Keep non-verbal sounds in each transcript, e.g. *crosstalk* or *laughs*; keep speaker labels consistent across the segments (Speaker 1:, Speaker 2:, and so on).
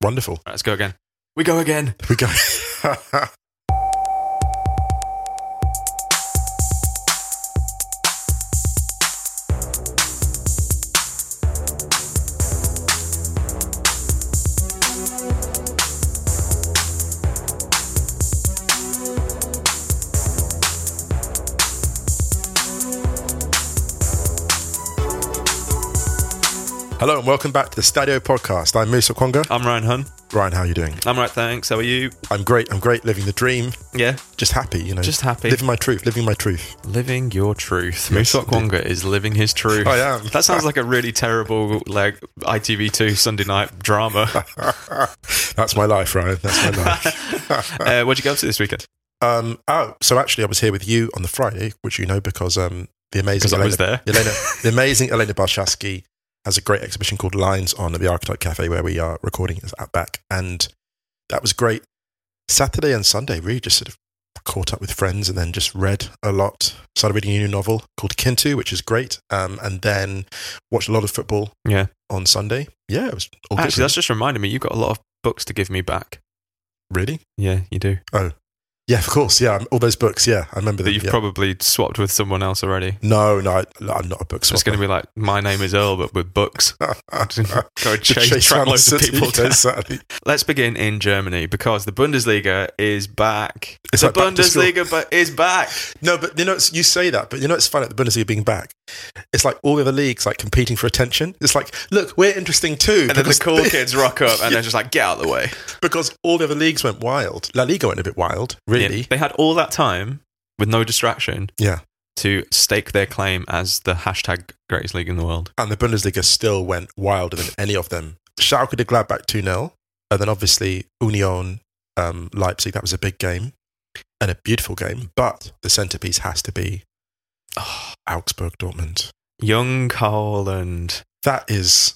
Speaker 1: Wonderful.
Speaker 2: Right, let's go again. We go again.
Speaker 1: We go. Hello and welcome back to the Stadio podcast. I'm Musa Kwonga.
Speaker 2: I'm Ryan Hun.
Speaker 1: Ryan, how are you doing?
Speaker 2: I'm right, thanks. How are you?
Speaker 1: I'm great. I'm great. Living the dream.
Speaker 2: Yeah,
Speaker 1: Just happy, you know.
Speaker 2: just happy.
Speaker 1: living my truth. Living my truth.
Speaker 2: living your truth.
Speaker 1: Yes,
Speaker 2: Musa Kwonga is living his truth.
Speaker 1: I am.
Speaker 2: That sounds like a really terrible like ITV2 Sunday night *laughs* drama.
Speaker 1: *laughs* That's my life, Ryan. That's my
Speaker 2: *laughs*
Speaker 1: life.
Speaker 2: uh, what'd you go up to this weekend?
Speaker 1: um, oh, so actually, I was here with you on the Friday, which you know because um, the amazing
Speaker 2: Because I
Speaker 1: Elena,
Speaker 2: was there.
Speaker 1: Elena, the amazing Elena Barshaski has a great exhibition called Lines On at the Archetype Cafe where we are recording this at back, and that was great. Saturday and Sunday, really just sort of caught up with friends and then just read a lot. Started reading a new novel called Kintu, which is great, um, and then watched a lot of football.
Speaker 2: Yeah.
Speaker 1: on Sunday. Yeah, it was all good,
Speaker 2: Actually, that's just reminded me you've got a lot of books to give me back.
Speaker 1: really.
Speaker 2: Yeah, you do.
Speaker 1: Yeah, of course. Yeah, all those books. Yeah, I remember
Speaker 2: That
Speaker 1: them,
Speaker 2: you've
Speaker 1: yeah.
Speaker 2: probably swapped with someone else already.
Speaker 1: No, no, I, I'm not a book.
Speaker 2: So it's
Speaker 1: *laughs*
Speaker 2: going to be like my name is Earl, but with *laughs* books. Go
Speaker 1: To
Speaker 2: chase,
Speaker 1: chase
Speaker 2: track
Speaker 1: around the
Speaker 2: loads of
Speaker 1: city,
Speaker 2: people
Speaker 1: *laughs*
Speaker 2: down.
Speaker 1: exactly.
Speaker 2: Let's begin in Germany because the Bundesliga is back.
Speaker 1: It's
Speaker 2: the
Speaker 1: like back to school.
Speaker 2: Bundesliga ba-
Speaker 1: *laughs*
Speaker 2: is back.
Speaker 1: No, but you know, it's, you say that, but you know, it's fun at the Bundesliga being back. It's like all the other leagues, like competing for attention. It's like, look, we're interesting too,
Speaker 2: And then the
Speaker 1: because- *laughs*
Speaker 2: cool kids rock up and they're just like, get out of the way.
Speaker 1: because all the other leagues went wild. La Liga went a bit wild,
Speaker 2: Yeah.
Speaker 1: really.
Speaker 2: They had all that time with no distraction
Speaker 1: Yeah.
Speaker 2: to stake their claim as the hashtag greatest league in the world.
Speaker 1: and the Bundesliga still went wilder than any of them. Schalke did Gladbach 2 0. And then obviously Union um, Leipzig, that was a big game and a beautiful game. But the centrepiece has to be ah, Augsburg Dortmund.
Speaker 2: Young Haaland.
Speaker 1: That is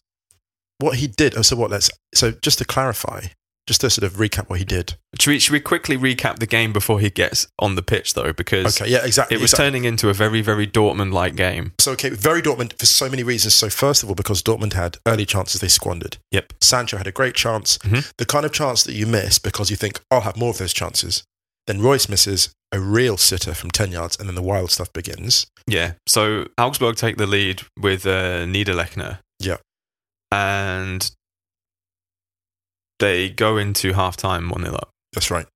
Speaker 1: what he did. Oh, so, what let's, so just to clarify, just to sort of recap what he did.
Speaker 2: Should we, should we quickly recap the game before he gets on the pitch, though? Because
Speaker 1: Okay, yeah, exactly.
Speaker 2: it was
Speaker 1: exactly.
Speaker 2: turning into a very, very Dortmund like game.
Speaker 1: So, okay, very Dortmund for so many reasons. So, first of all, because Dortmund had early chances they squandered.
Speaker 2: Yep.
Speaker 1: Sancho had a great chance.
Speaker 2: Mhm.
Speaker 1: The kind of chance that you miss because you think, I'll have more of those chances. Then Royce misses a real sitter from 10 yards, and then the wild stuff begins.
Speaker 2: Yeah. So Augsburg take the lead with uh, Niederlechner.
Speaker 1: Yeah.
Speaker 2: And they go into half time 1 0 up.
Speaker 1: That's right.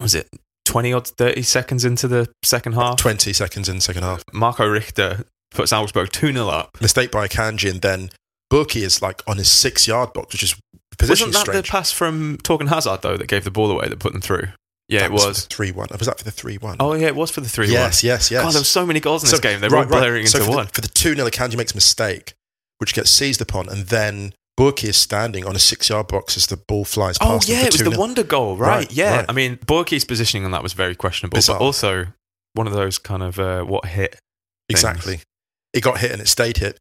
Speaker 2: Was it 20 odd 30 seconds into the second half?
Speaker 1: 20 seconds in the second half.
Speaker 2: Marco Richter puts Augsburg 2 0 up.
Speaker 1: Mistake by Kanji, and then Burki is like on his six yard box, which is position
Speaker 2: Wasn't that
Speaker 1: strange.
Speaker 2: the pass from Torgan Hazard, though, that gave the ball away that put them through? Yeah,
Speaker 1: That
Speaker 2: it was.
Speaker 1: 3 1. Was that for the 3 1?
Speaker 2: Oh, yeah, it was for the 3
Speaker 1: yes, yes, yes.
Speaker 2: 1. God, there were so many goals in this game. They were
Speaker 1: right,
Speaker 2: all blurring
Speaker 1: right.
Speaker 2: into
Speaker 1: so for
Speaker 2: one.
Speaker 1: The, for the 2 0, Kanji makes a mistake, which gets seized upon, and then Burki is standing on a six yard box as the ball flies
Speaker 2: Oh
Speaker 1: past him
Speaker 2: yeah,
Speaker 1: for
Speaker 2: it was the
Speaker 1: 2-0.
Speaker 2: wonder goal, right?
Speaker 1: Right,
Speaker 2: yeah,
Speaker 1: right.
Speaker 2: I mean, Borki's positioning on that was very questionable,
Speaker 1: Bizarre.
Speaker 2: but also one of those kind of uh, what hit.
Speaker 1: Exactly. It got hit and it stayed
Speaker 2: *laughs*
Speaker 1: hit.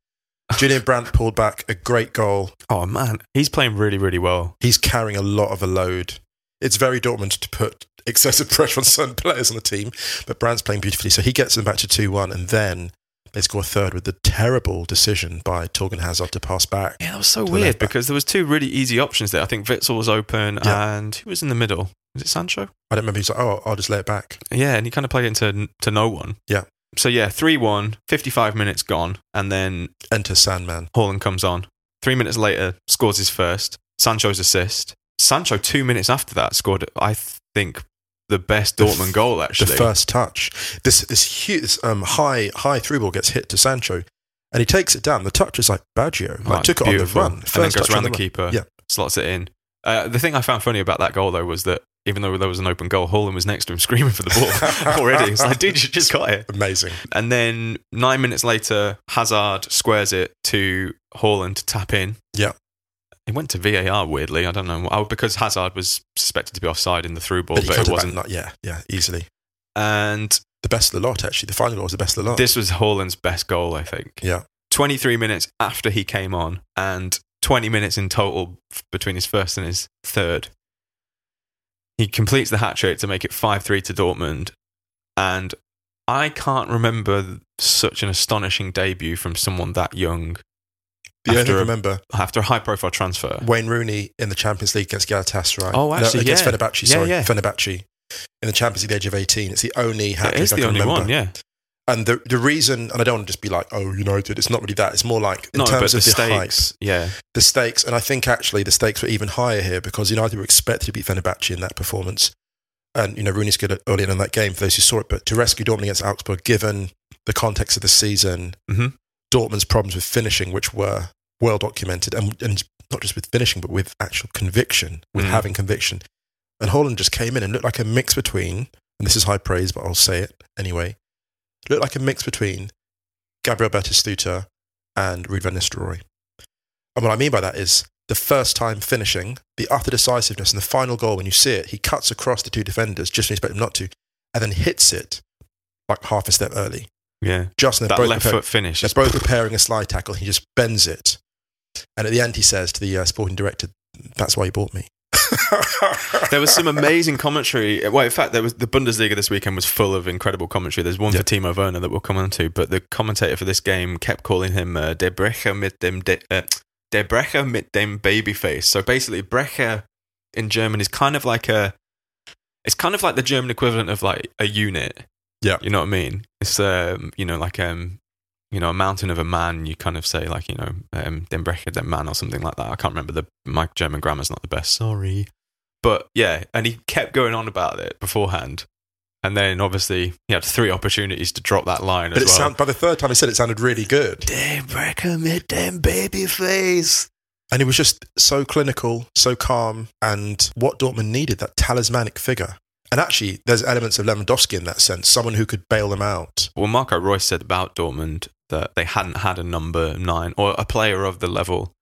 Speaker 1: Julian Brandt pulled back a great goal.
Speaker 2: Oh man, he's playing really, really well.
Speaker 1: He's carrying a lot of a load. It's very Dortmund to put *laughs* excessive pressure on certain players on the team, but Brandt's playing beautifully. So he gets them back to 2 1, and then they score a third with the terrible decision by Torgan Hazard to pass back.
Speaker 2: Yeah, that was so
Speaker 1: To the
Speaker 2: weird
Speaker 1: left back.
Speaker 2: because there was two really easy options there. I think Witzel was open,
Speaker 1: Yeah.
Speaker 2: and who was in the middle? Was it Sancho?
Speaker 1: I don't remember. He's like, oh, I'll just lay it back.
Speaker 2: Yeah, and he kind of played into to no one.
Speaker 1: Yeah.
Speaker 2: So yeah, three one, 55 minutes gone, and then
Speaker 1: Enter Sandman.
Speaker 2: Holland comes on. Three minutes later, scores his first. Sancho's assist. Sancho two minutes after that scored, I think, the best
Speaker 1: The f-
Speaker 2: Dortmund goal actually.
Speaker 1: The first touch. This this huge this, um, high high through ball gets hit to Sancho, and he takes it down. The touch is like Baggio.
Speaker 2: Oh,
Speaker 1: like, took it on the
Speaker 2: beautiful.
Speaker 1: run.
Speaker 2: and then
Speaker 1: First
Speaker 2: goes
Speaker 1: touch on
Speaker 2: around the
Speaker 1: run.
Speaker 2: keeper,
Speaker 1: Yeah.
Speaker 2: slots it in. Uh, the thing I found funny about that goal though was that even though there was an open goal, Holland was next to him screaming for the
Speaker 1: *laughs*
Speaker 2: ball already. It's like, dude, you just got it.
Speaker 1: Amazing.
Speaker 2: And then nine minutes later, Hazard squares it to Holland to tap in.
Speaker 1: Yeah.
Speaker 2: It went to VAR weirdly. I don't know oh, because Hazard was suspected to be offside in the through ball,
Speaker 1: But,
Speaker 2: but,
Speaker 1: he cut
Speaker 2: it
Speaker 1: it
Speaker 2: wasn't.
Speaker 1: Back, not, yeah, yeah, easily.
Speaker 2: And
Speaker 1: The best of the lot, actually. The final goal was the best of the lot.
Speaker 2: this was Holland's best goal, I think.
Speaker 1: yeah,
Speaker 2: 23 minutes after he came on and 20 minutes in total f- between his first and his third. He completes the hat trick to make it 5 3 to Dortmund. And I can't remember such an astonishing debut from someone that young
Speaker 1: The only thing
Speaker 2: after
Speaker 1: I
Speaker 2: a-
Speaker 1: remember
Speaker 2: after a high profile transfer.
Speaker 1: Wayne Rooney in the Champions League against Galatasaray.
Speaker 2: Oh, actually,
Speaker 1: no, against
Speaker 2: yeah.
Speaker 1: Fenerbahce.
Speaker 2: Yeah,
Speaker 1: sorry,
Speaker 2: yeah.
Speaker 1: Fenerbahce in the Champions League at the age of eighteen. It's the only hat
Speaker 2: That
Speaker 1: trick
Speaker 2: is
Speaker 1: I
Speaker 2: the
Speaker 1: can
Speaker 2: only
Speaker 1: remember.
Speaker 2: one, yeah.
Speaker 1: And the the reason, and I don't want to just be like, oh, United. It's not really that. It's more like in
Speaker 2: No, but
Speaker 1: terms
Speaker 2: the
Speaker 1: of the hype,
Speaker 2: stakes. Yeah.
Speaker 1: the stakes, and I think actually the stakes were even higher here because United were expected to beat Fenerbahce in that performance. And, you know, Rooney scored early in on that game for those who saw it. But to rescue Dortmund against Augsburg, given the context of the season,
Speaker 2: Mhm.
Speaker 1: Dortmund's problems with finishing, which were well documented, and, and not just with finishing, but with actual conviction, with
Speaker 2: Mm.
Speaker 1: having conviction. And Holland just came in and looked like a mix between, and this is high praise, but I'll say it anyway, looked like a mix between Gabriel Batistuta and Ruud van Nistelrooy. And what I mean by that is the first time finishing, the utter decisiveness, and the final goal when you see it, he cuts across the two defenders just when you expect him not to, and then hits it like half a step early.
Speaker 2: Yeah.
Speaker 1: Just and they're
Speaker 2: That
Speaker 1: both
Speaker 2: left
Speaker 1: preparing-
Speaker 2: foot finish.
Speaker 1: they're
Speaker 2: is-
Speaker 1: both preparing a slide tackle. He just bends it, and at the end, he says to the uh, sporting director, "That's why you bought me."
Speaker 2: There
Speaker 1: *laughs*
Speaker 2: was some amazing commentary. Well, in fact, there was the Bundesliga this weekend was full of incredible commentary. There's one
Speaker 1: Yeah.
Speaker 2: for Timo Werner that we'll come on to, but the commentator for this game kept calling him uh, Der Brecher mit dem De, uh, Der Brecher mit dem Babyface. So basically, Brecher in German is kind of like a, it's kind of like the German equivalent of like a unit.
Speaker 1: Yeah.
Speaker 2: you know what I mean. It's um, you know, like um, you know, a mountain of a man. You kind of say like you know, um, Den Brecher, den Man, or something like that. I can't remember the my German grammar's not the best. Sorry. But yeah, and he kept going on about it beforehand. And then obviously he had three opportunities to drop that line
Speaker 1: But
Speaker 2: as
Speaker 1: it
Speaker 2: well.
Speaker 1: sound, by the third time he said it sounded really good,
Speaker 2: damn breaker mid damn baby face.
Speaker 1: and he was just so clinical, so calm, and what Dortmund needed—that talismanic figure. And actually, there's elements of Lewandowski in that sense, someone who could bail them out.
Speaker 2: Well, Marco Royce said about Dortmund that they hadn't had a number nine or a player of the level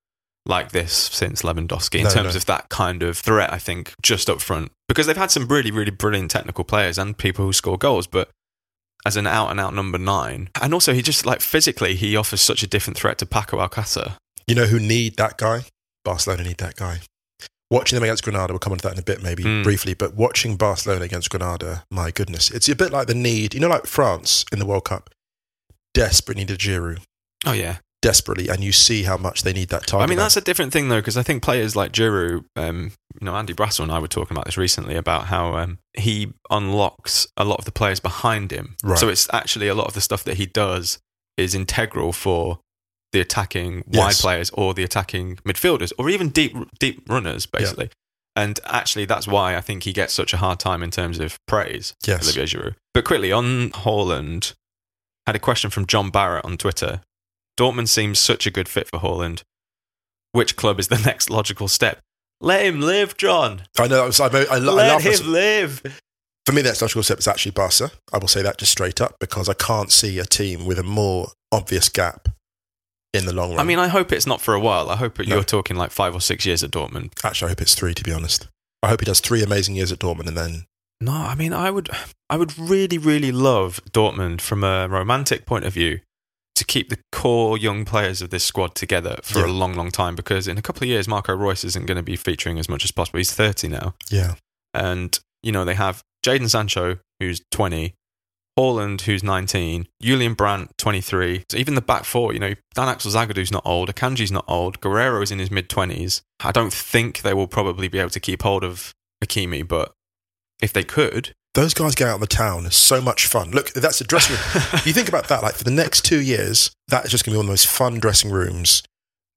Speaker 2: like this since Lewandowski in
Speaker 1: No,
Speaker 2: terms
Speaker 1: no.
Speaker 2: of that kind of threat, I think, just up front. Because they've had some really, really brilliant technical players and people who score goals, but as an out and out number nine. And also he just like physically he offers such a different threat to Paco Alcácer.
Speaker 1: You know who need that guy? Barcelona need that guy. Watching them against Granada, we'll come on to that in a bit maybe
Speaker 2: Mm.
Speaker 1: briefly, but watching Barcelona against Granada, my goodness, it's a bit like the need, you know, like France in the World Cup, desperate needed Giroud,
Speaker 2: Oh yeah.
Speaker 1: desperately, and you see how much they need that target.
Speaker 2: I mean,
Speaker 1: man.
Speaker 2: that's a different thing though, because I think players like Giroud, um, you know, Andy Brassel and I were talking about this recently about how um, he unlocks a lot of the players behind him.
Speaker 1: Right.
Speaker 2: So it's actually a lot of the stuff that he does is integral for the attacking wide
Speaker 1: Yes.
Speaker 2: players or the attacking midfielders or even deep deep runners, basically. And actually, that's why I think he gets such a hard time in terms of praise.
Speaker 1: yes.
Speaker 2: Olivier Giroud. But quickly on Haaland, had a question from John Barrett on Twitter. Dortmund seems such a good fit for Haaland. Which club is the *laughs* next logical step? Let him live, John.
Speaker 1: I know, that was, I, mo- I, lo- I
Speaker 2: Let
Speaker 1: love
Speaker 2: him
Speaker 1: this.
Speaker 2: live.
Speaker 1: For me, the next logical step is actually Barca. I will say that just straight up because I can't see a team with a more obvious gap in the long run.
Speaker 2: I mean, I hope it's not for a while. I hope that
Speaker 1: No.
Speaker 2: you're talking like five or six years at Dortmund.
Speaker 1: actually, I hope it's three, to be honest. I hope he does three amazing years at Dortmund and then
Speaker 2: No, I mean, I would, I would really, really love Dortmund from a romantic point of view to keep the core young players of this squad together for a
Speaker 1: Yeah.
Speaker 2: long, long time. Because in a couple of years, Marco Royce isn't going to be featuring as much as possible. He's thirty now,
Speaker 1: yeah,
Speaker 2: and you know they have Jaden Sancho, who's twenty, Holland, who's nineteen, Julian Brandt, twenty-three. So even the back four, you know, Dan Axel Zagadu's not old, Akanji's not old, Guerrero's in his mid twenties. I don't think they will probably be able to keep hold of Akimi, but if they could.
Speaker 1: those guys going out in the town is so much fun. Look, that's the
Speaker 2: *laughs*
Speaker 1: dressing room. you think about that, like for the next two years, that is just going to be one of the most fun dressing rooms.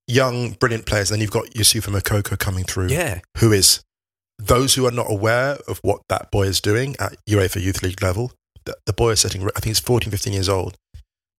Speaker 1: Young, brilliant players. Then you've got Yusufa Makoko coming through,
Speaker 2: yeah.
Speaker 1: who is those who are not aware of what that boy is doing at UEFA Youth League level. The, the boy is setting, re- I think he's 14, 15 years old.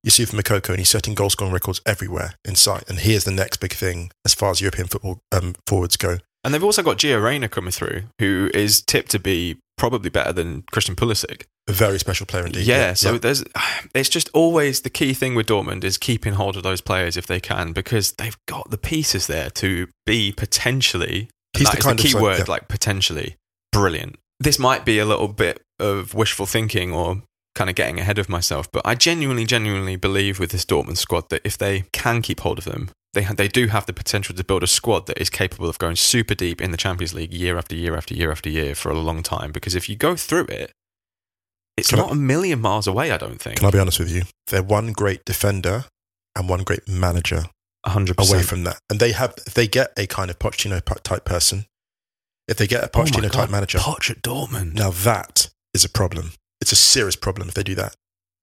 Speaker 1: Yusufa Makoko, and he's setting goal scoring records everywhere in sight. And he is the next big thing as far as European football um, forwards go.
Speaker 2: And they've also got Gio Reyna coming through, who is tipped to be probably better than Christian Pulisic.
Speaker 1: A very special player indeed.
Speaker 2: yeah, so there's *sighs* it's just always the key thing with Dortmund is keeping hold of those players if they can because they've got the pieces there to be potentially and
Speaker 1: he's
Speaker 2: that
Speaker 1: the
Speaker 2: is
Speaker 1: kind
Speaker 2: key
Speaker 1: of like-
Speaker 2: word
Speaker 1: yeah.
Speaker 2: like potentially brilliant. This might be a little bit of wishful thinking or kind of getting ahead of myself, but I genuinely genuinely believe with this Dortmund squad that if they can keep hold of them, they ha- they do have the potential to build a squad that is capable of going super deep in the Champions League year after year after year after year for a long time because if you go through it it's
Speaker 1: Can I-
Speaker 2: not a million miles away, I don't think.
Speaker 1: Can I be honest with you? They're one great defender and one great manager
Speaker 2: hundred
Speaker 1: away
Speaker 2: percent.
Speaker 1: from that. And they have, if they get a kind of Pochettino pa- type person, if they get
Speaker 2: Oh
Speaker 1: a Pochettino type manager,
Speaker 2: Poch at Dortmund.
Speaker 1: now that is a problem. It's a serious problem if they do that.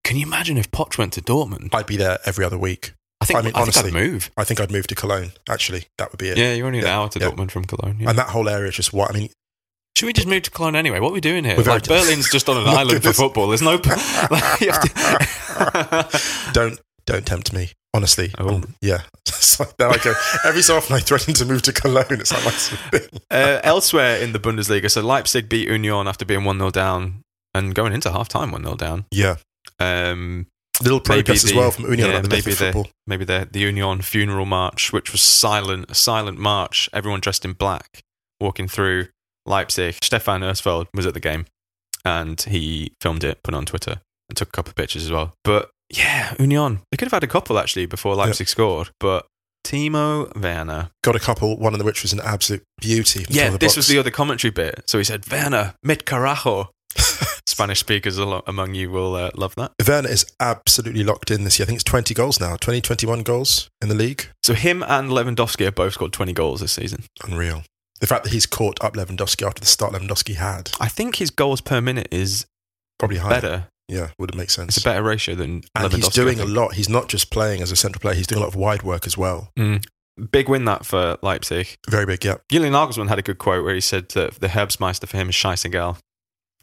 Speaker 2: Can you imagine if Poch went to Dortmund?
Speaker 1: I'd be there every other week.
Speaker 2: I think I
Speaker 1: I mean,
Speaker 2: honestly,
Speaker 1: honestly,
Speaker 2: would move.
Speaker 1: I think I'd move to Cologne. Actually, that would be it.
Speaker 2: Yeah, you're only an
Speaker 1: yeah,
Speaker 2: hour to
Speaker 1: yeah.
Speaker 2: Dortmund from Cologne. yeah.
Speaker 1: And that whole area is just what I mean.
Speaker 2: Should we just move to Cologne anyway? What are we doing here?
Speaker 1: We're very-
Speaker 2: Like, Berlin's just on an *laughs*
Speaker 1: We're
Speaker 2: island
Speaker 1: doing
Speaker 2: for
Speaker 1: this-
Speaker 2: football. There's *laughs* no. like, you have to-
Speaker 1: Don't don't tempt me. Honestly,
Speaker 2: I won't.
Speaker 1: Um, yeah. *laughs* It's like that. I go every so often. I threaten to move to Cologne. It's like my sort of thing.
Speaker 2: *laughs* Uh, elsewhere in the Bundesliga, so Leipzig beat Union after being 1 0 down and going into half time 1 0 down.
Speaker 1: Yeah,
Speaker 2: Um,
Speaker 1: little
Speaker 2: Maybe
Speaker 1: progress as
Speaker 2: the-
Speaker 1: well from Union
Speaker 2: yeah,
Speaker 1: about the death
Speaker 2: maybe
Speaker 1: of
Speaker 2: the-
Speaker 1: football.
Speaker 2: maybe the, the Union funeral march, which was silent, a silent march, everyone dressed in black, walking through Leipzig. Stefan Ersfeld was at the game and he filmed it, put it on Twitter, and took a couple of pictures as well. But yeah, Union, they could have had a couple actually before Leipzig scored, but Timo Werner
Speaker 1: Got a couple. One of which was an absolute beauty. from
Speaker 2: Yeah,
Speaker 1: the
Speaker 2: this
Speaker 1: box.
Speaker 2: was the other commentary bit. So he said, Verna,
Speaker 1: *laughs*
Speaker 2: mit carajo. Spanish speakers al- among you will uh, love that.
Speaker 1: Werner is absolutely locked in this year. I think it's 20 goals now, 20, 21 goals in the league.
Speaker 2: So him and Lewandowski have both scored 20 goals this season.
Speaker 1: Unreal. The fact that he's caught up Lewandowski after the start Lewandowski had,
Speaker 2: I think his goals per minute is
Speaker 1: probably higher.
Speaker 2: better.
Speaker 1: Yeah, would it make sense?
Speaker 2: It's a better ratio than
Speaker 1: and
Speaker 2: Lewandowski.
Speaker 1: he's doing a lot. He's not just playing as a central player, he's doing a lot of wide work as well.
Speaker 2: Big win that for Leipzig.
Speaker 1: Very big, yeah.
Speaker 2: Julian Nagelsmann had a good quote where he said that the Herbstmeister for him is Scheissengel.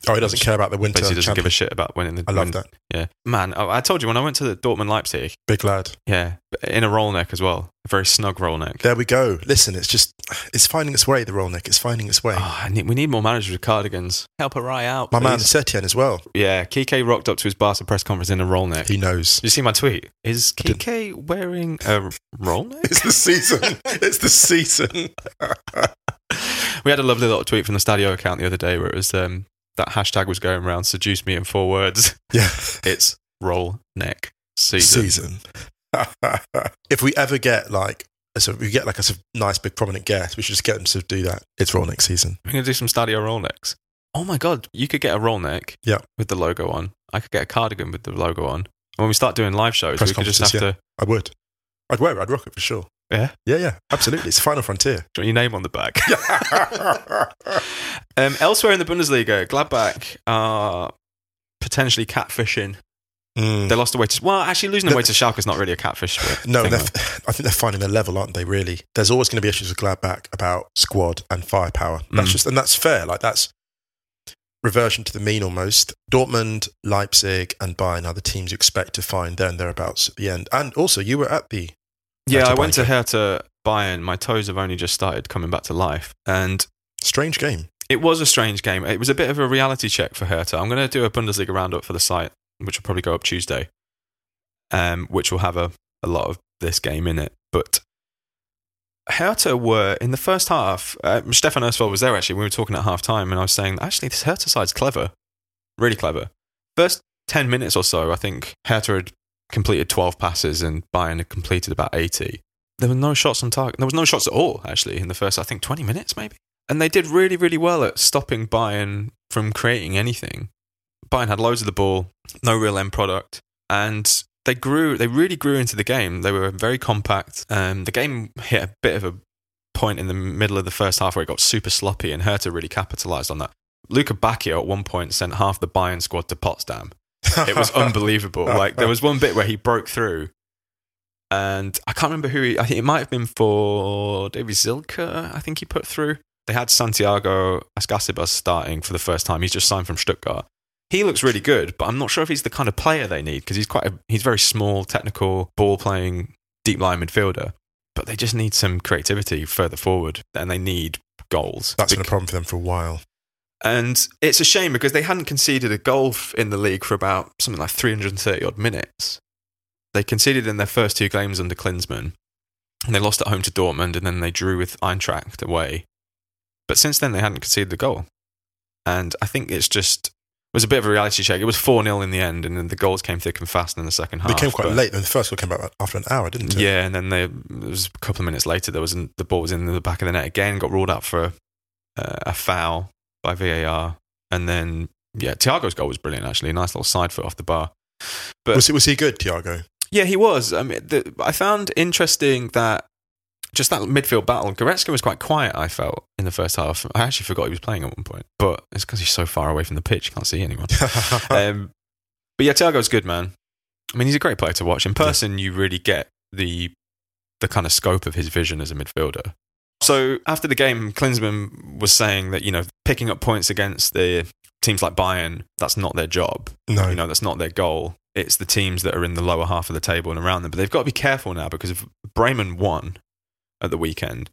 Speaker 1: Oh, he doesn't care about the winter.
Speaker 2: Basically doesn't give a
Speaker 1: champion.
Speaker 2: shit about winning the
Speaker 1: I love
Speaker 2: win-
Speaker 1: that.
Speaker 2: Yeah. Man, oh, I, I told you when I went to the Dortmund Leipzig,
Speaker 1: Big lad.
Speaker 2: yeah, in a roll neck as well. A very snug roll neck.
Speaker 1: There we go. Listen, it's just, it's finding its way, the roll neck. It's finding its way.
Speaker 2: Oh, I need, we need more managers with cardigans. Help her eye out.
Speaker 1: My man
Speaker 2: please.
Speaker 1: Setien as well.
Speaker 2: Yeah, Kike rocked up to his Barca press conference in a roll neck. Did
Speaker 1: He knows.
Speaker 2: you see my tweet? Is
Speaker 1: I didn't.
Speaker 2: Kike wearing a roll
Speaker 1: *laughs*
Speaker 2: neck?
Speaker 1: It's the season. it's the season.
Speaker 2: *laughs* we had a lovely little tweet from the Stadio account the other day where it was um, that hashtag was going around seduce me in four words. *laughs*
Speaker 1: Yeah.
Speaker 2: It's roll neck season.
Speaker 1: season. *laughs* if we ever get like, so if we get like a sort of nice big prominent guest, we should just get them to do that. It's Raw next season.
Speaker 2: We're going to do some Stadio roll necks. Oh my God, you could get a roll neck
Speaker 1: Yeah.
Speaker 2: with the logo on. I could get a cardigan with the logo on. When we start doing live shows,
Speaker 1: Press
Speaker 2: we could just have
Speaker 1: conferences,
Speaker 2: to
Speaker 1: I would. I'd wear it. I'd rock it for sure.
Speaker 2: Yeah?
Speaker 1: Yeah, yeah. Absolutely. It's Final
Speaker 2: *laughs*
Speaker 1: Frontier.
Speaker 2: put your name on the back. *laughs* Um, elsewhere in the Bundesliga, Gladbach are potentially catfishing.
Speaker 1: Mm.
Speaker 2: They lost away to well, actually losing away
Speaker 1: The-
Speaker 2: to Schalke is not really a catfish. but-
Speaker 1: No,
Speaker 2: thing,
Speaker 1: they're,
Speaker 2: though.
Speaker 1: I think they're finding their level, aren't they? Really, there's always going to be issues with Gladbach about squad and firepower. That's
Speaker 2: Mm.
Speaker 1: just, and that's fair. Like that's reversion to the mean almost. Dortmund, Leipzig, and Bayern are the teams you expect to find there and thereabouts at the end. And also, you were at the
Speaker 2: yeah,
Speaker 1: Hertha
Speaker 2: I went to
Speaker 1: Biker.
Speaker 2: Hertha Bayern. My toes have only just started coming back to life, and
Speaker 1: strange game.
Speaker 2: it was a strange game. It was a bit of a reality check for Hertha. I'm going to do a Bundesliga roundup for the site, which will probably go up Tuesday, um, which will have a, a lot of this game in it. But Hertha were in the first half. Uh, Stefan Ersfeld was there actually. We were talking at half time, and I was saying actually this Hertha side's clever, really clever. First ten minutes or so, I think Hertha had completed 12 passes and Bayern had completed about 80. There were no shots on target. There was no shots at all actually in the first, I think, 20 minutes maybe. And they did really, really well at stopping Bayern from creating anything. Bayern had loads of the ball, no real end product, and they grew. They really grew into the game. They were very compact. Um, the game hit a bit of a point in the middle of the first half where it got super sloppy, and Hertha really capitalised on that. Luca Bacchio at one point sent half the Bayern squad to Potsdam.
Speaker 1: *laughs*
Speaker 2: It was unbelievable. like there was one bit where he broke through, and I can't remember who he. I think it might have been for Davy Zilka. I think he put through. They had Santiago Ascacibas starting for the first time. He's just signed from Stuttgart. He looks really good, but I'm not sure if he's the kind of player they need because he's quite a, he's very small, technical, ball playing, deep line midfielder. But they just need some creativity further forward, and they need goals.
Speaker 1: That's been
Speaker 2: Bec-
Speaker 1: a problem for them for a while.
Speaker 2: and it's a shame because they hadn't conceded a goal f- in the league for about something like 330 odd minutes. They conceded in their first two games under Klinsmann. And they lost at home to Dortmund and then they drew with Eintracht away. But since then, they hadn't conceded a goal. And I think it's just it was a bit of a reality check. It was 4 0 in the end, and then the goals came thick and fast in the second half.
Speaker 1: They came quite
Speaker 2: Ah, but-
Speaker 1: late. and The first goal came out after an hour, didn't it?
Speaker 2: yeah, and then they, it was a couple of minutes later. There was an, the ball was in the back of the net again. Got ruled out for a, uh, a foul by VAR, and then yeah, Thiago's goal was brilliant actually. Nice little side foot off the bar.
Speaker 1: *laughs*
Speaker 2: But
Speaker 1: was, he, was he good, Tiago?
Speaker 2: Yeah, he was. I mean, the, I found interesting that just that midfield battle. Goretzka was quite quiet. I felt in the first half. I actually forgot he was playing at one point, but it's because he's so far away from the pitch, you can't see anyone. *laughs*
Speaker 1: Uh,
Speaker 2: um, but yeah, Thiago's good, man. I mean, he's a great player to watch in person. You really get the the kind of scope of his vision as a midfielder. So after the game, Klinsmann was saying that you know picking up points against the teams like Bayern, that's not their job.
Speaker 1: no,
Speaker 2: You know, that's not their goal. It's the teams that are in the lower half of the table and around them. But they've got to be careful now because if Bremen won at the weekend,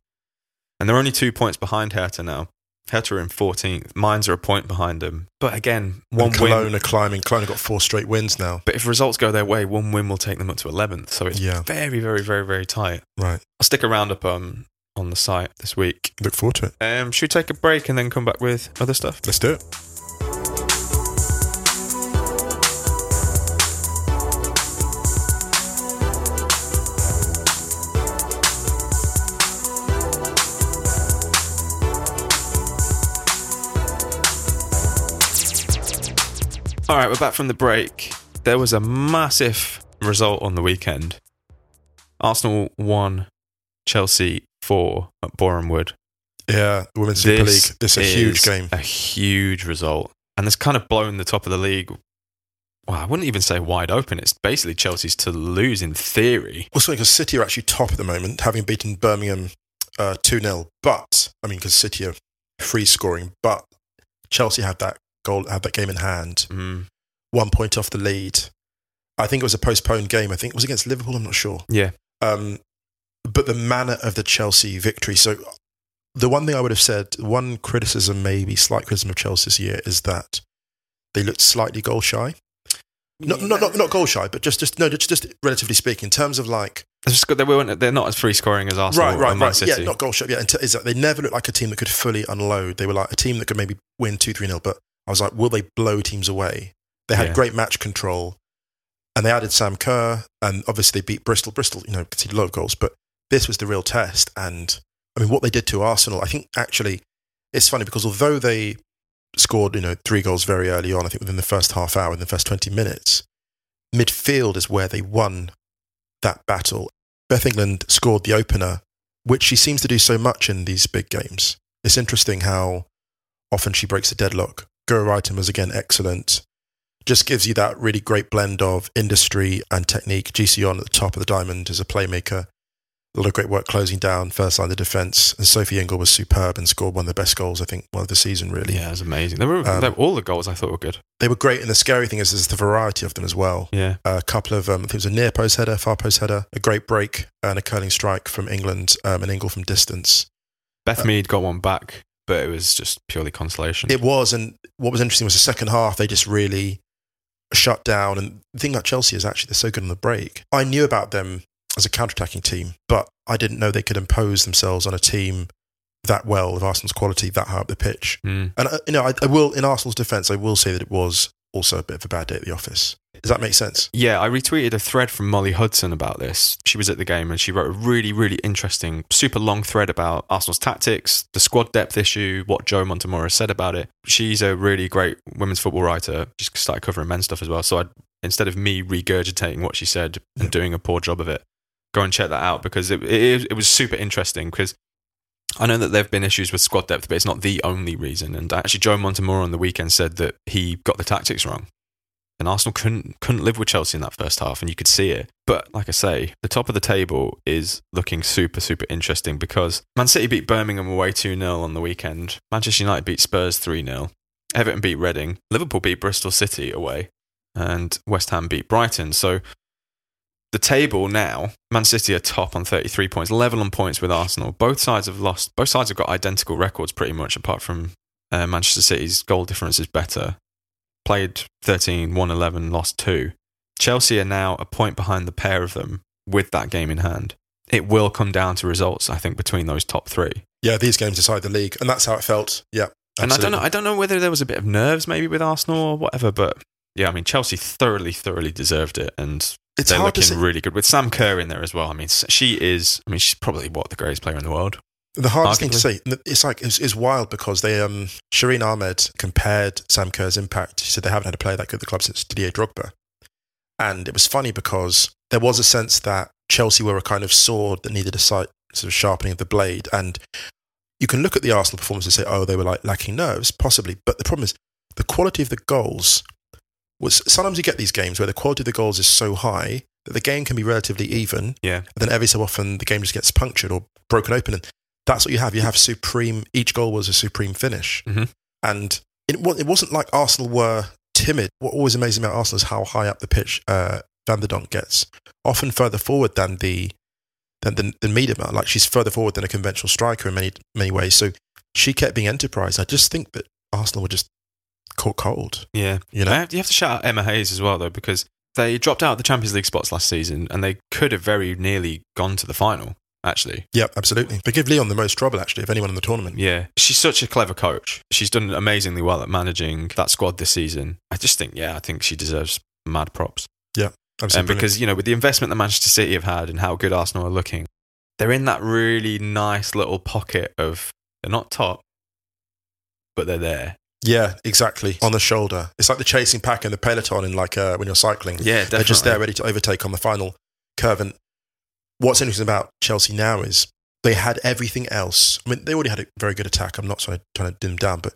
Speaker 2: and they're only two points behind Hertha now. Hertha are in 14th. Mines are a point behind them. But again, one
Speaker 1: and Cologne
Speaker 2: win.
Speaker 1: are climbing. Cologne have got four straight wins now.
Speaker 2: But if results go their way, one win will take them up to 11th. So it's
Speaker 1: Yeah.
Speaker 2: very, very, very, very tight.
Speaker 1: Right.
Speaker 2: I'll stick around up um, on the site this week.
Speaker 1: Look forward to it.
Speaker 2: Um, should we take a break and then come back with other stuff?
Speaker 1: Let's do it.
Speaker 2: All right, we're back from the break. There was a massive result on the weekend. Arsenal won, Chelsea four at Boreham Wood.
Speaker 1: Yeah, the Women's Super
Speaker 2: This
Speaker 1: League. This is a huge
Speaker 2: is
Speaker 1: game.
Speaker 2: A huge result, and it's kind of blown the top of the league. Well, I wouldn't even say wide open. It's basically Chelsea's to lose in theory.
Speaker 1: Well, because City are actually top at the moment, having beaten Birmingham uh, two 0 But I mean, because City are free scoring, but Chelsea had that goal, had that game in hand,
Speaker 2: Mm,
Speaker 1: one point off the lead. I think it was a postponed game. I think it was against Liverpool. I'm not sure.
Speaker 2: Yeah.
Speaker 1: Um, but the manner of the Chelsea victory. So the one thing I would have said, one criticism, maybe slight criticism of Chelsea this year, is that they looked slightly goal shy. Not, not, not, not goal shy, but just, just no, just, just relatively speaking, in terms of like
Speaker 2: They've just got- they weren't. They're not as free scoring as Arsenal
Speaker 1: right, right,
Speaker 2: and Man
Speaker 1: right.
Speaker 2: City.
Speaker 1: Yeah, not goal shot. Yeah, and t- is that they never looked like a team that could fully unload. They were like a team that could maybe win two, three nil. But I was like, will they blow teams away? They had
Speaker 2: Yeah.
Speaker 1: great match control, and they added Sam Kerr, and obviously they beat Bristol. Bristol, you know, conceded a lot of goals, but this was the real test. And I mean, what they did to Arsenal, I think actually, it's funny because although they scored, you know, three goals very early on, I think within the first half hour, in the first twenty minutes, midfield is where they won that battle. Beth England scored the opener, which she seems to do so much in these big games. It's interesting how often she breaks a deadlock. Guru Item was again excellent. Just gives you that really great blend of industry and technique. GC on at the top of the diamond is a playmaker. A lot of great work closing down, first line of defence. And Sophie Ingle was superb and scored one of the best goals, I think, one of the season, really.
Speaker 2: Yeah, it was amazing. They were,
Speaker 1: Um,
Speaker 2: they- all the goals I thought were good.
Speaker 1: They were great. And the scary thing is, there's the variety of them as well
Speaker 2: Yeah.
Speaker 1: a couple of, um, I think it was a near post header, far post header, a great break, and a curling strike from England, um, an angle from distance.
Speaker 2: Beth
Speaker 1: Uh,
Speaker 2: Mead got one back, but it was just purely consolation.
Speaker 1: It was, and what was interesting was the second half, they just really shut down. And the thing about Chelsea is actually they're so good on the break. I knew about them as a counter attacking team, but I didn't know they could impose themselves on a team that well of Arsenal's quality that high up the pitch.
Speaker 2: Mm.
Speaker 1: And uh, you know, I, I will, in Arsenal's defence, I will say that it was also a bit of a bad day at the office. Does that make sense?
Speaker 2: Yeah, I retweeted a thread from Molly Hudson about this. She was at the game and she wrote a really, really interesting, super long thread about Arsenal's tactics, the squad depth issue, what Joe Montemora said about it. She's a really great women's football writer. She's started covering men's stuff as well. So I, instead of me regurgitating what she said and doing a poor job of it, go and check that out because it, it, it was super interesting because I know that there have been issues with squad depth, but it's not the only reason. And actually, Joe Montemora on the weekend said that he got the tactics wrong. And Arsenal couldn't couldn't live with Chelsea in that first half, and you could see it. But like I say, the top of the table is looking super, super interesting because Man City beat Birmingham away 2 0 on the weekend. Manchester United beat Spurs 3 0. Everton beat Reading. Liverpool beat Bristol City away. And West Ham beat Brighton. So the table now, Man City are top on 33 points, level on points with Arsenal. Both sides have lost, both sides have got identical records pretty much, apart from uh, Manchester City's goal difference is better. Played 13, won 11, lost 2. Chelsea are now a point behind the pair of them with that game in hand. It will come down to results, I think, between those top three.
Speaker 1: Yeah, these games decide the league, and that's how it felt. Yeah,
Speaker 2: And I don't
Speaker 1: absolutely.
Speaker 2: know, I don't know whether there was a bit of nerves maybe with Arsenal or whatever, but yeah, I mean, Chelsea thoroughly, thoroughly deserved it. And
Speaker 1: It's
Speaker 2: they're
Speaker 1: hard to
Speaker 2: looking
Speaker 1: say.
Speaker 2: really good with Sam Kerr in there as well. I mean, s- she is. I mean, she's probably what the greatest player in the world.
Speaker 1: The hardest thing to
Speaker 2: Arguably.
Speaker 1: say, it's like it's, it's wild because they, um, Shireen Ahmed compared Sam Kerr's impact. She said they haven't had a player that good at the club since Didier Drogba, and it was funny because there was a sense that Chelsea were a kind of sword that needed a slight sort of sharpening of the blade. And you can look at the Arsenal performance and say, oh, they were like lacking nerves, possibly. But the problem is the quality of the goals was sometimes you get these games where the quality of the goals is so high that the game can be relatively even.
Speaker 2: Yeah.
Speaker 1: And then every so often the game just gets punctured or broken open. And that's what you have. You have supreme, each goal was a supreme finish.
Speaker 2: Mhm.
Speaker 1: And it, wa- it wasn't like Arsenal were timid. What always amazes me about Arsenal is how high up the pitch uh, Van der Donk gets, often further forward than the than the, the medium. uh, Like she's further forward than a conventional striker in many many ways. So she kept being enterprised. I just think that Arsenal were just caught cold.
Speaker 2: Yeah.
Speaker 1: You know,
Speaker 2: I have- you have to shout out Emma Hayes as well, though, because they dropped out of the Champions League spots last season and they could have very nearly gone to the final, actually.
Speaker 1: yeah, absolutely. They give Leon the most trouble actually of anyone in the tournament.
Speaker 2: Yeah. She's such a clever coach. She's done amazingly well at managing that squad this season. I just think, yeah, I think she deserves mad props.
Speaker 1: Absolutely
Speaker 2: And because, you know, with the investment that Manchester City have had and how good Arsenal are looking, they're in that really nice little pocket of they're not top, but they're there.
Speaker 1: yeah, exactly on the shoulder. It's like the chasing pack and the peloton in like uh, when you're cycling.
Speaker 2: Yeah, definitely.
Speaker 1: They're just there ready to overtake on the final curve. And what's interesting about Chelsea now is they had everything else. I mean, they already had a very good attack. I'm not trying to, trying to dim down, but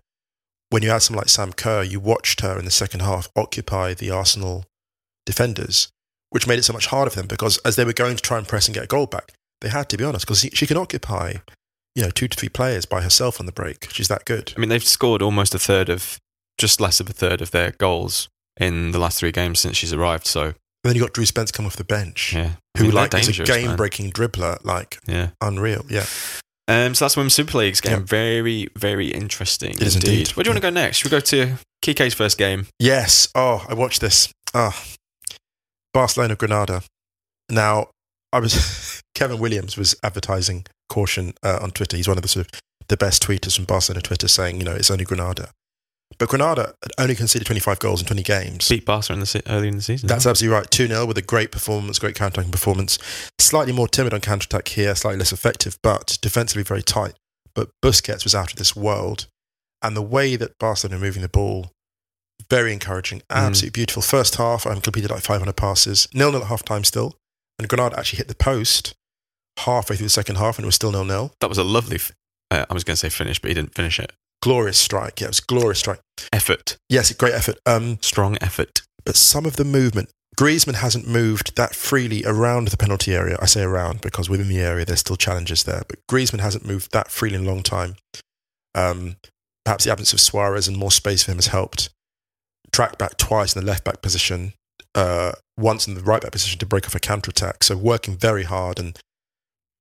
Speaker 1: when you had someone like Sam Kerr, you watched her in the second half occupy the Arsenal defenders, which made it so much harder for them because as they were going to try and press and get a goal back, they had to be honest because she, she can occupy, you know, two to three players by herself on the break. She's that good.
Speaker 2: I mean, they've scored almost a third of, just less of a third of their goals in the last three games since she's arrived. So,
Speaker 1: And then you got Drew Spence come off the bench,
Speaker 2: yeah. I
Speaker 1: who
Speaker 2: mean, they're
Speaker 1: like is a
Speaker 2: dangerous, man.
Speaker 1: game-breaking dribbler, like
Speaker 2: Yeah.
Speaker 1: unreal. Yeah.
Speaker 2: Um, so that's Women's Super League's game.
Speaker 1: Yeah.
Speaker 2: Very, very interesting.
Speaker 1: It is indeed.
Speaker 2: Where do you want to go next? Should we go to Kike's first game?
Speaker 1: Yes. Oh, I watched this. Ah, Barcelona Granada. Now, I was *laughs* Kevin Williams was advertising caution uh, on Twitter. He's one of the sort of the best tweeters from Barcelona Twitter, saying you know it's only Granada, but Granada had only conceded 25 goals in 20 games.
Speaker 2: Beat Barca in the se- earlier in the season.
Speaker 1: That's absolutely right. 2 0 with a great performance, great counter attacking performance. Slightly more timid on counter attack here, slightly less effective, but defensively very tight. But Busquets was out of this world. And the way that Barcelona are moving the ball, very encouraging, absolutely beautiful. First half, I'm completed like 500 passes, nil nil at half time still. And Granada actually hit the post halfway through the second half and it was still nil nil.
Speaker 2: that was a lovely. F- uh, I was going to say finish, but he didn't finish it.
Speaker 1: Glorious strike. Yeah, it was a glorious strike.
Speaker 2: Effort,
Speaker 1: Yes, great effort. Um,
Speaker 2: strong effort.
Speaker 1: but some of the movement, Griezmann hasn't moved that freely around the penalty area. I say around because within the area there's still challenges there, but Griezmann hasn't moved that freely in a long time. Um, perhaps the absence of Suarez and more space for him has helped. Track back twice in the left back position, uh, once in the right back position to break off a counter attack. So working very hard, and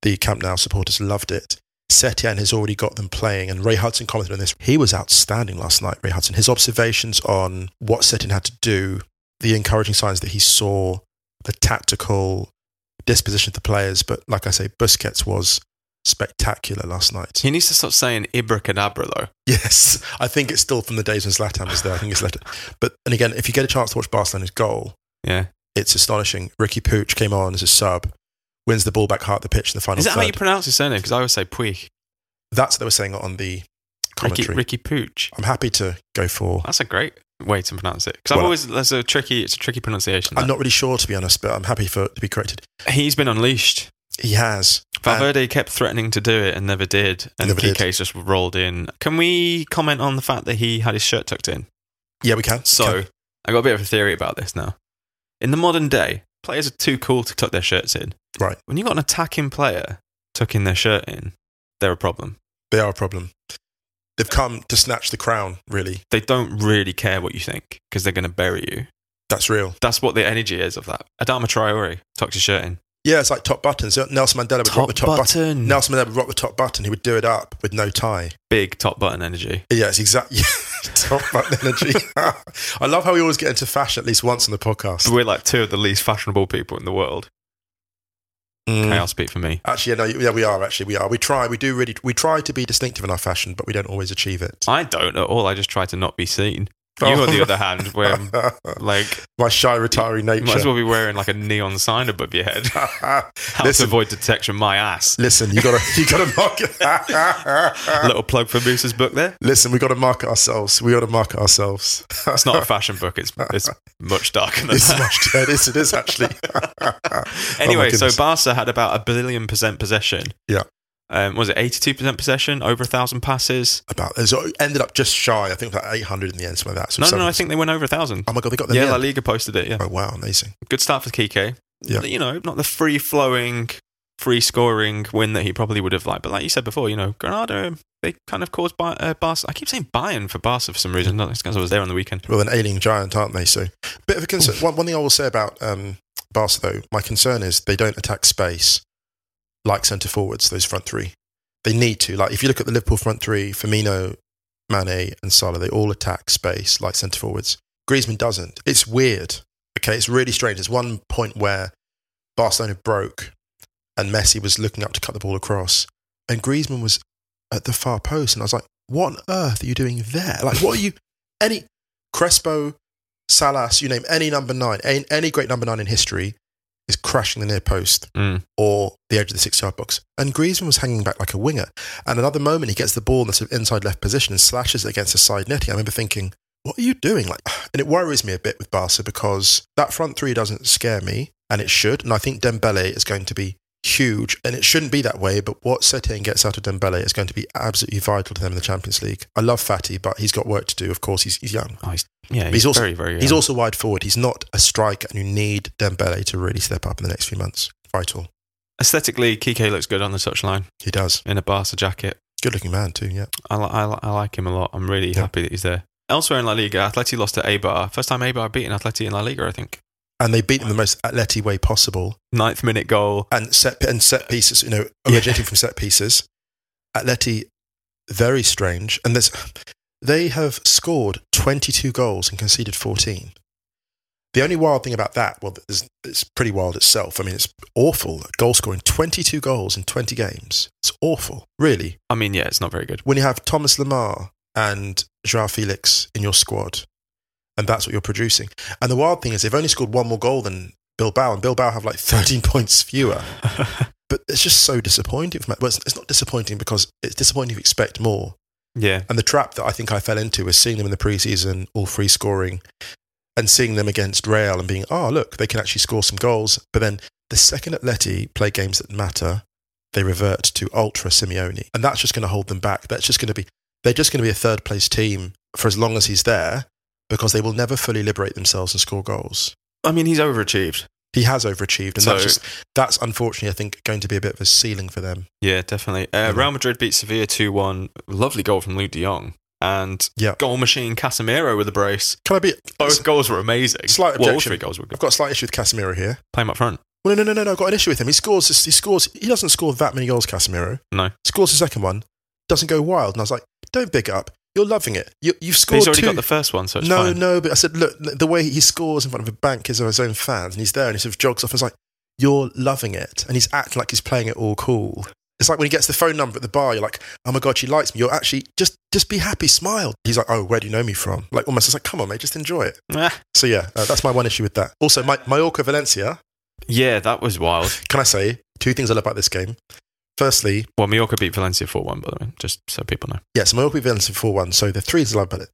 Speaker 1: the Camp Nou supporters loved it. Setien has already got them playing, and Ray Hudson commented on this. He was outstanding last night, Ray Hudson. His observations on what Setien had to do the encouraging signs that he saw the tactical disposition of the players. But like I say, Busquets was spectacular last night.
Speaker 2: He needs to stop saying Ibracadabra though.
Speaker 1: Yes, I think it's still from the days when Zlatan was there. I think it's left. But and again, if you get a chance to watch Barcelona's goal,
Speaker 2: Yeah,
Speaker 1: it's astonishing. Ricky Pooch came on as a sub, wins the ball back hard the pitch in the final
Speaker 2: is that how
Speaker 1: third.
Speaker 2: you pronounce his surname? Because I always say Puig.
Speaker 1: That's what they were saying on the
Speaker 2: Ricky,
Speaker 1: commentary.
Speaker 2: Ricky Uh, Pooch.
Speaker 1: I'm happy to go for.
Speaker 2: That's a great way to pronounce it. Because I've
Speaker 1: Well,
Speaker 2: always that's a tricky. It's a tricky pronunciation.
Speaker 1: I'm
Speaker 2: that.
Speaker 1: not really sure to be honest, but I'm happy for to be corrected.
Speaker 2: He's been unleashed.
Speaker 1: He has.
Speaker 2: Valverde kept threatening to do it and never did, and
Speaker 1: Never did.
Speaker 2: Kike's just rolled in. Can we comment on the fact that he had his shirt tucked in?
Speaker 1: Yeah, we can.
Speaker 2: So
Speaker 1: Can-
Speaker 2: I got a bit of a theory about this now. In the modern day, players are too cool to tuck their shirts in.
Speaker 1: Right.
Speaker 2: When you've got an attacking player tucking their shirt in, they're a problem.
Speaker 1: they are a problem. They've come to snatch the crown. Really,
Speaker 2: They don't really care what you think because they're going to bury you.
Speaker 1: That's real.
Speaker 2: That's what the energy is of that. Adama Traore tucks his shirt in.
Speaker 1: Yeah, it's like top buttons. Nelson Mandela would rock the top button. Nelson Mandela would rock the top button. He would do it up with no tie.
Speaker 2: Big top button energy.
Speaker 1: *laughs* Yeah, it's exactly top button energy. *laughs* I love how we always get into fashion at least once on the podcast.
Speaker 2: We're like two of the least fashionable people in the world.
Speaker 1: Mm.
Speaker 2: Chaos speak for me.
Speaker 1: Actually, yeah, no, yeah, we are. Actually, we are. We try. We do really. We try to be distinctive in our fashion, but we don't always achieve it. *laughs*
Speaker 2: I don't at all. I just try to not be seen.
Speaker 1: Oh,
Speaker 2: You, on the other hand, where like
Speaker 1: my shy retari
Speaker 2: you might as
Speaker 1: nature.
Speaker 2: well be wearing like a neon sign above your head. *laughs* How to
Speaker 1: Listen.
Speaker 2: avoid detection? My
Speaker 1: *laughs*
Speaker 2: ass.
Speaker 1: Listen, you gotta you gotta *laughs* market.
Speaker 2: Little plug for Moose's book there.
Speaker 1: Listen, we gotta market ourselves. We gotta market ourselves.
Speaker 2: It's
Speaker 1: *laughs*
Speaker 2: not a fashion book. It's it's much darker than
Speaker 1: It's
Speaker 2: that.
Speaker 1: much, it is. It is actually. *laughs*
Speaker 2: *laughs* anyway, so
Speaker 1: goodness.
Speaker 2: Barca had about a billion percent possession.
Speaker 1: Yeah.
Speaker 2: Um, was it 82% possession, over a thousand passes?
Speaker 1: about so it ended up just shy. I think it was like eight hundred in the end, something like that. So
Speaker 2: No, no,
Speaker 1: seven-
Speaker 2: no, I think they went over a thousand.
Speaker 1: Oh my god, they got the
Speaker 2: Yeah,
Speaker 1: yeah.
Speaker 2: La Liga posted it. Yeah.
Speaker 1: Oh wow, amazing.
Speaker 2: Good start for Kike.
Speaker 1: Yeah.
Speaker 2: You know, not the free flowing, free scoring win that he probably would have liked. But like you said before, you know, Granada, they kind of caused Bar- uh, Barca. I keep saying Bayern for Barca for some reason. Not because I was there on the weekend.
Speaker 1: Well, an alien giant, aren't they? So, bit of a concern. One, one thing I will say about um, Barca, though, my concern is they don't attack space like centre forwards. Those front three, they need to. Like if you look at the Liverpool front three, Firmino, Mane, and Salah, they all attack space like centre forwards. Griezmann doesn't. It's weird. Okay, it's really strange. There's one point where Barcelona broke, and Messi was looking up to cut the ball across, and Griezmann was at the far post, and I was like, "What on earth are you doing there? Like, what are you?" Any Crespo, Salas, you name any number nine, any, any great number nine in history is crashing the near post
Speaker 2: Mm.
Speaker 1: or the edge of the six yard box. And Griezmann was hanging back like a winger. And another moment, he gets the ball in the sort of inside left position and slashes it against the side netting. I remember thinking, what are you doing? Like, *sighs* and it worries me a bit with Barca because that front three doesn't scare me, and it should. And I think Dembele is going to be huge, and it shouldn't be that way. But what Setien gets out of Dembele is going to be absolutely vital to them in the Champions League. I love Fatty, but he's got work to do. Of course, he's, he's young.
Speaker 2: Oh, he's, yeah, he's,
Speaker 1: He's also-
Speaker 2: very, uh, very.
Speaker 1: He's
Speaker 2: young.
Speaker 1: also wide forward. He's not a striker, and you need Dembele to really step up in the next few months. Vital.
Speaker 2: Aesthetically, Kike looks good on the touchline
Speaker 1: He does.
Speaker 2: in a Barca jacket.
Speaker 1: Good looking man, too. Yeah.
Speaker 2: I, li- I, li- I like him a lot. I'm really
Speaker 1: Yeah.
Speaker 2: happy that he's there. Elsewhere in La Liga, Atleti lost to Eibar. First time Eibar beaten Atleti in La Liga, I think.
Speaker 1: And they beat him the most athletic way possible.
Speaker 2: Ninth minute goal.
Speaker 1: and set and set pieces, you know, originating from set pieces. Atleti, very strange, and there's they have scored 22 goals and conceded 14. The only wild thing about that, well, it's, it's pretty wild itself. I mean, it's awful. Goal scoring 22 goals in 20 games. It's awful, really.
Speaker 2: I mean, yeah, it's not very good.
Speaker 1: When you have Thomas Lamar and Joao Felix in your squad, and that's what you're producing. And the wild thing is, they've only scored one more goal than Bilbao, and Bilbao have like 13 *laughs* points fewer but it's just so disappointing. For Man- well, it's, it's not disappointing because it's disappointing if you expect more.
Speaker 2: yeah.
Speaker 1: And the trap that I think I fell into was seeing them in the preseason, all free scoring, and seeing them against Real and being, oh, look, they can actually score some goals. But then the second Atleti play games that matter, they revert to ultra Simeone. And that's just going to hold them back. That's just going to be, they're just going to be a third place team for as long as he's there because they will never fully liberate themselves and score goals.
Speaker 2: I mean, he's overachieved.
Speaker 1: He has overachieved. And
Speaker 2: So-
Speaker 1: that's just, that's unfortunately, I think, going to be a bit of a ceiling for them.
Speaker 2: Yeah, definitely. Uh,
Speaker 1: Mhm.
Speaker 2: Real Madrid beat Sevilla 2 1. Lovely goal from Luke de Jong. And
Speaker 1: Yeah.
Speaker 2: goal machine Casemiro with a brace.
Speaker 1: Can I be
Speaker 2: Both goals were amazing.
Speaker 1: Slight
Speaker 2: Well, all
Speaker 1: objection.
Speaker 2: three goals were good.
Speaker 1: I've got a slight issue with Casemiro here.
Speaker 2: Play him up front.
Speaker 1: Well, no, no, no, no. I've got an issue with him. He scores. He scores. He doesn't score that many goals. Casemiro.
Speaker 2: No.
Speaker 1: Scores the second one. Doesn't go wild. And I was like, don't big up. You're loving it. You, you've
Speaker 2: But
Speaker 1: scored
Speaker 2: he's already
Speaker 1: two.
Speaker 2: got the first one, so it's
Speaker 1: no,
Speaker 2: fine.
Speaker 1: no. But I said, look, the way he scores in front of a bank is of his own fans, and he's there, and he sort of jogs off. I was like, you're loving it, and he's acting like he's playing it all cool. It's like when he gets the phone number at the bar. You're like, oh my god, she likes me. You're actually just just be happy, smile. He's like, oh, where do you know me from? Like almost. It's like, come on, mate, just enjoy it.
Speaker 2: Ah.
Speaker 1: So yeah, uh, that's my one issue with that. Also, my, Mallorca Valencia.
Speaker 2: *laughs* Yeah, that was wild.
Speaker 1: Can I say two things I love about this game? Firstly,
Speaker 2: Well, Mallorca beat Valencia 4 1, by the way, just so people
Speaker 1: *laughs*
Speaker 2: know.
Speaker 1: yes, Mallorca beat Valencia 4 1. So the three things I love about it.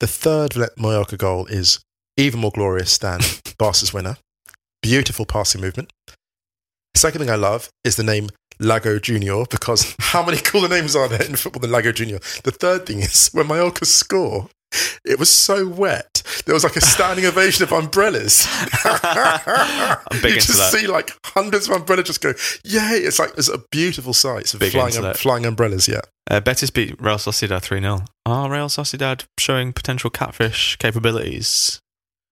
Speaker 1: The third Val- Mallorca goal is even more glorious than Barca's winner. Beautiful passing movement. Second thing I love is the name Lago Junior because *laughs* how many cooler names are there in football than Lago Junior? The third thing is when Mallorca score, it was so wet. There was like a standing ovation of umbrellas.
Speaker 2: I'm
Speaker 1: *laughs*
Speaker 2: big
Speaker 1: you
Speaker 2: into
Speaker 1: just
Speaker 2: that.
Speaker 1: see like hundreds of umbrellas just go, yay! It's like it's a beautiful sight. It's
Speaker 2: Big
Speaker 1: flying, um,
Speaker 2: into that.
Speaker 1: flying umbrellas. Yeah,
Speaker 2: Uh, Betis beat Real Sociedad 3 0. Are Real Sociedad showing potential catfish capabilities?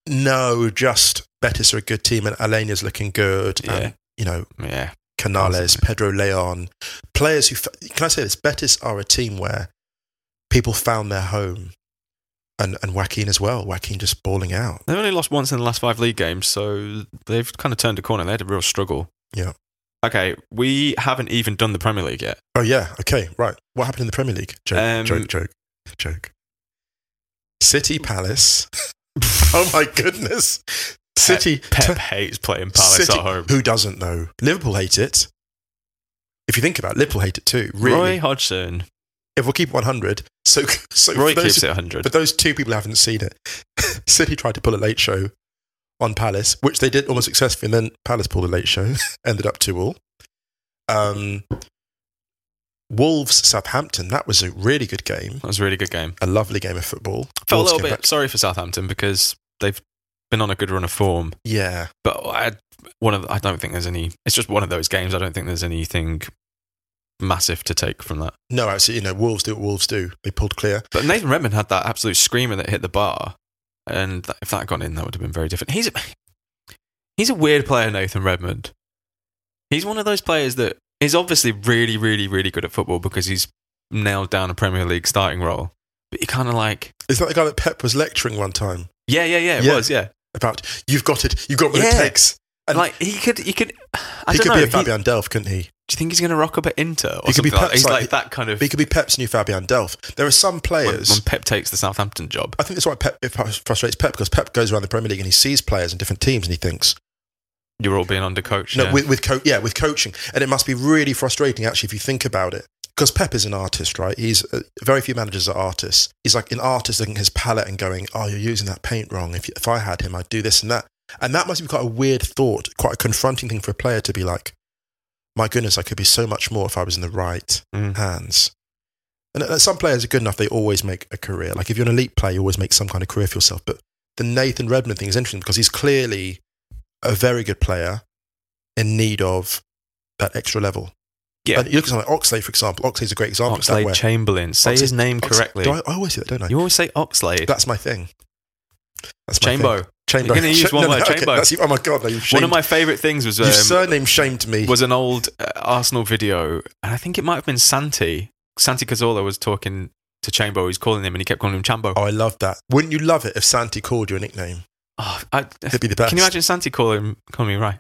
Speaker 1: no, just Betis are a good team, and Alenia's looking good.
Speaker 2: Yeah.
Speaker 1: And, you know,
Speaker 2: Um, Yeah.
Speaker 1: Canales,
Speaker 2: Awesome.
Speaker 1: Pedro Leon, players who f- can I say this? Betis are a team where people found their home, and and Joaquin as well. Joaquin just balling out.
Speaker 2: They've only lost once in the last five league games, so they've kind of turned a corner. They had a real struggle.
Speaker 1: Yeah.
Speaker 2: Okay, we haven't even done the Premier League yet.
Speaker 1: Oh yeah, okay, right. What happened in the Premier League? Joke,
Speaker 2: Um,
Speaker 1: joke, joke, joke. City Palace. *laughs* *laughs* oh my goodness. City
Speaker 2: Pep hates playing Palace
Speaker 1: City-
Speaker 2: at home.
Speaker 1: Who doesn't though? Liverpool hate it. If you think about it, Liverpool hate it too. Really,
Speaker 2: Roy Hodgson.
Speaker 1: if we'll keep 100, so so
Speaker 2: Roy
Speaker 1: for those-
Speaker 2: keeps it 100.
Speaker 1: but those two people haven't seen it. *laughs* City tried to pull a late show on Palace, which they did almost successfully, and then Palace pulled a late show, *laughs* ended up two all. Um, Wolves Southampton, that was a really good game,
Speaker 2: that was a really good game.
Speaker 1: a lovely game of football.
Speaker 2: Felt a
Speaker 1: Wolves
Speaker 2: little
Speaker 1: came
Speaker 2: bit
Speaker 1: back-
Speaker 2: sorry for Southampton because they've been on a good run of form,
Speaker 1: Yeah,
Speaker 2: but I one of I don't think there's any. It's just one of those games. I don't think there's anything massive to take from that.
Speaker 1: no, absolutely, you know, Wolves do what Wolves do. They pulled clear.
Speaker 2: But Nathan Redmond had that absolute screamer that hit the bar, and that, if that had gone in, that would have been very different. He's a, he's a weird player, Nathan Redmond. He's one of those players that is obviously really, really, really good at football because he's nailed down a Premier League starting role. But you kind of like,
Speaker 1: Is that the guy that Pep was lecturing one time
Speaker 2: yeah, yeah, yeah, it
Speaker 1: Yeah.
Speaker 2: was, yeah.
Speaker 1: about? You've got it. You've got what it
Speaker 2: Yeah.
Speaker 1: takes. And-
Speaker 2: like he could, he could. I
Speaker 1: he
Speaker 2: don't
Speaker 1: could
Speaker 2: know.
Speaker 1: be a
Speaker 2: he-
Speaker 1: Fabian Delph, couldn't he?
Speaker 2: do you think he's going to rock up at Inter? Or
Speaker 1: He could be
Speaker 2: something like that?
Speaker 1: Pep's
Speaker 2: He's
Speaker 1: like-
Speaker 2: like, that kind of.
Speaker 1: But he could be Pep's new Fabian Delph. There are some
Speaker 2: when,
Speaker 1: players.
Speaker 2: when Pep takes the Southampton job,
Speaker 1: I think that's why Pep it frustrates Pep because Pep goes around the Premier League and he sees players in different teams and he thinks,
Speaker 2: you're all being undercoached.
Speaker 1: no,
Speaker 2: yeah.
Speaker 1: with, with co- yeah, with coaching, and it must be really frustrating actually if you think about it because Pep is an artist, right? He's uh, very few managers are artists. He's like an artist looking at his palette and going, "Oh, you're using that paint wrong. If you, if I had him, I'd do this and that." And that must be quite a weird thought, quite a confronting thing for a player to be like, "My goodness, I could be so much more if I was in the right
Speaker 2: Mm.
Speaker 1: hands." And uh, some players are good enough; they always make a career. Like if you're an elite player, you always make some kind of career for yourself. But the Nathan Redmond thing is interesting because he's clearly a very good player in need of that extra level.
Speaker 2: Yeah.
Speaker 1: And you look at something like Oxley, for example. Oxley's a great example. of that
Speaker 2: Oxlade
Speaker 1: where-
Speaker 2: Chamberlain. Say
Speaker 1: Oxlade-
Speaker 2: his name
Speaker 1: Oxley-
Speaker 2: correctly.
Speaker 1: Do I, I always do that, don't I?
Speaker 2: You always say Oxlade.
Speaker 1: That's my thing. That's my
Speaker 2: Chambo.
Speaker 1: thing. Chambo.
Speaker 2: You're
Speaker 1: *laughs*
Speaker 2: gonna use one word,
Speaker 1: okay,
Speaker 2: Chambo.
Speaker 1: that's- oh my god, no, you've shamed,
Speaker 2: One of my favourite things was
Speaker 1: your
Speaker 2: um,
Speaker 1: surname shamed me.
Speaker 2: was an old uh, Arsenal video, and I think it might have been Santi. Santi Cazorla was talking to Chambo. He was calling him, and he kept calling him Chambo.
Speaker 1: oh, I love that. Wouldn't you love it if Santi called you a nickname?
Speaker 2: Oh, I,
Speaker 1: It'd be the best.
Speaker 2: can you imagine Santi calling him, calling me right?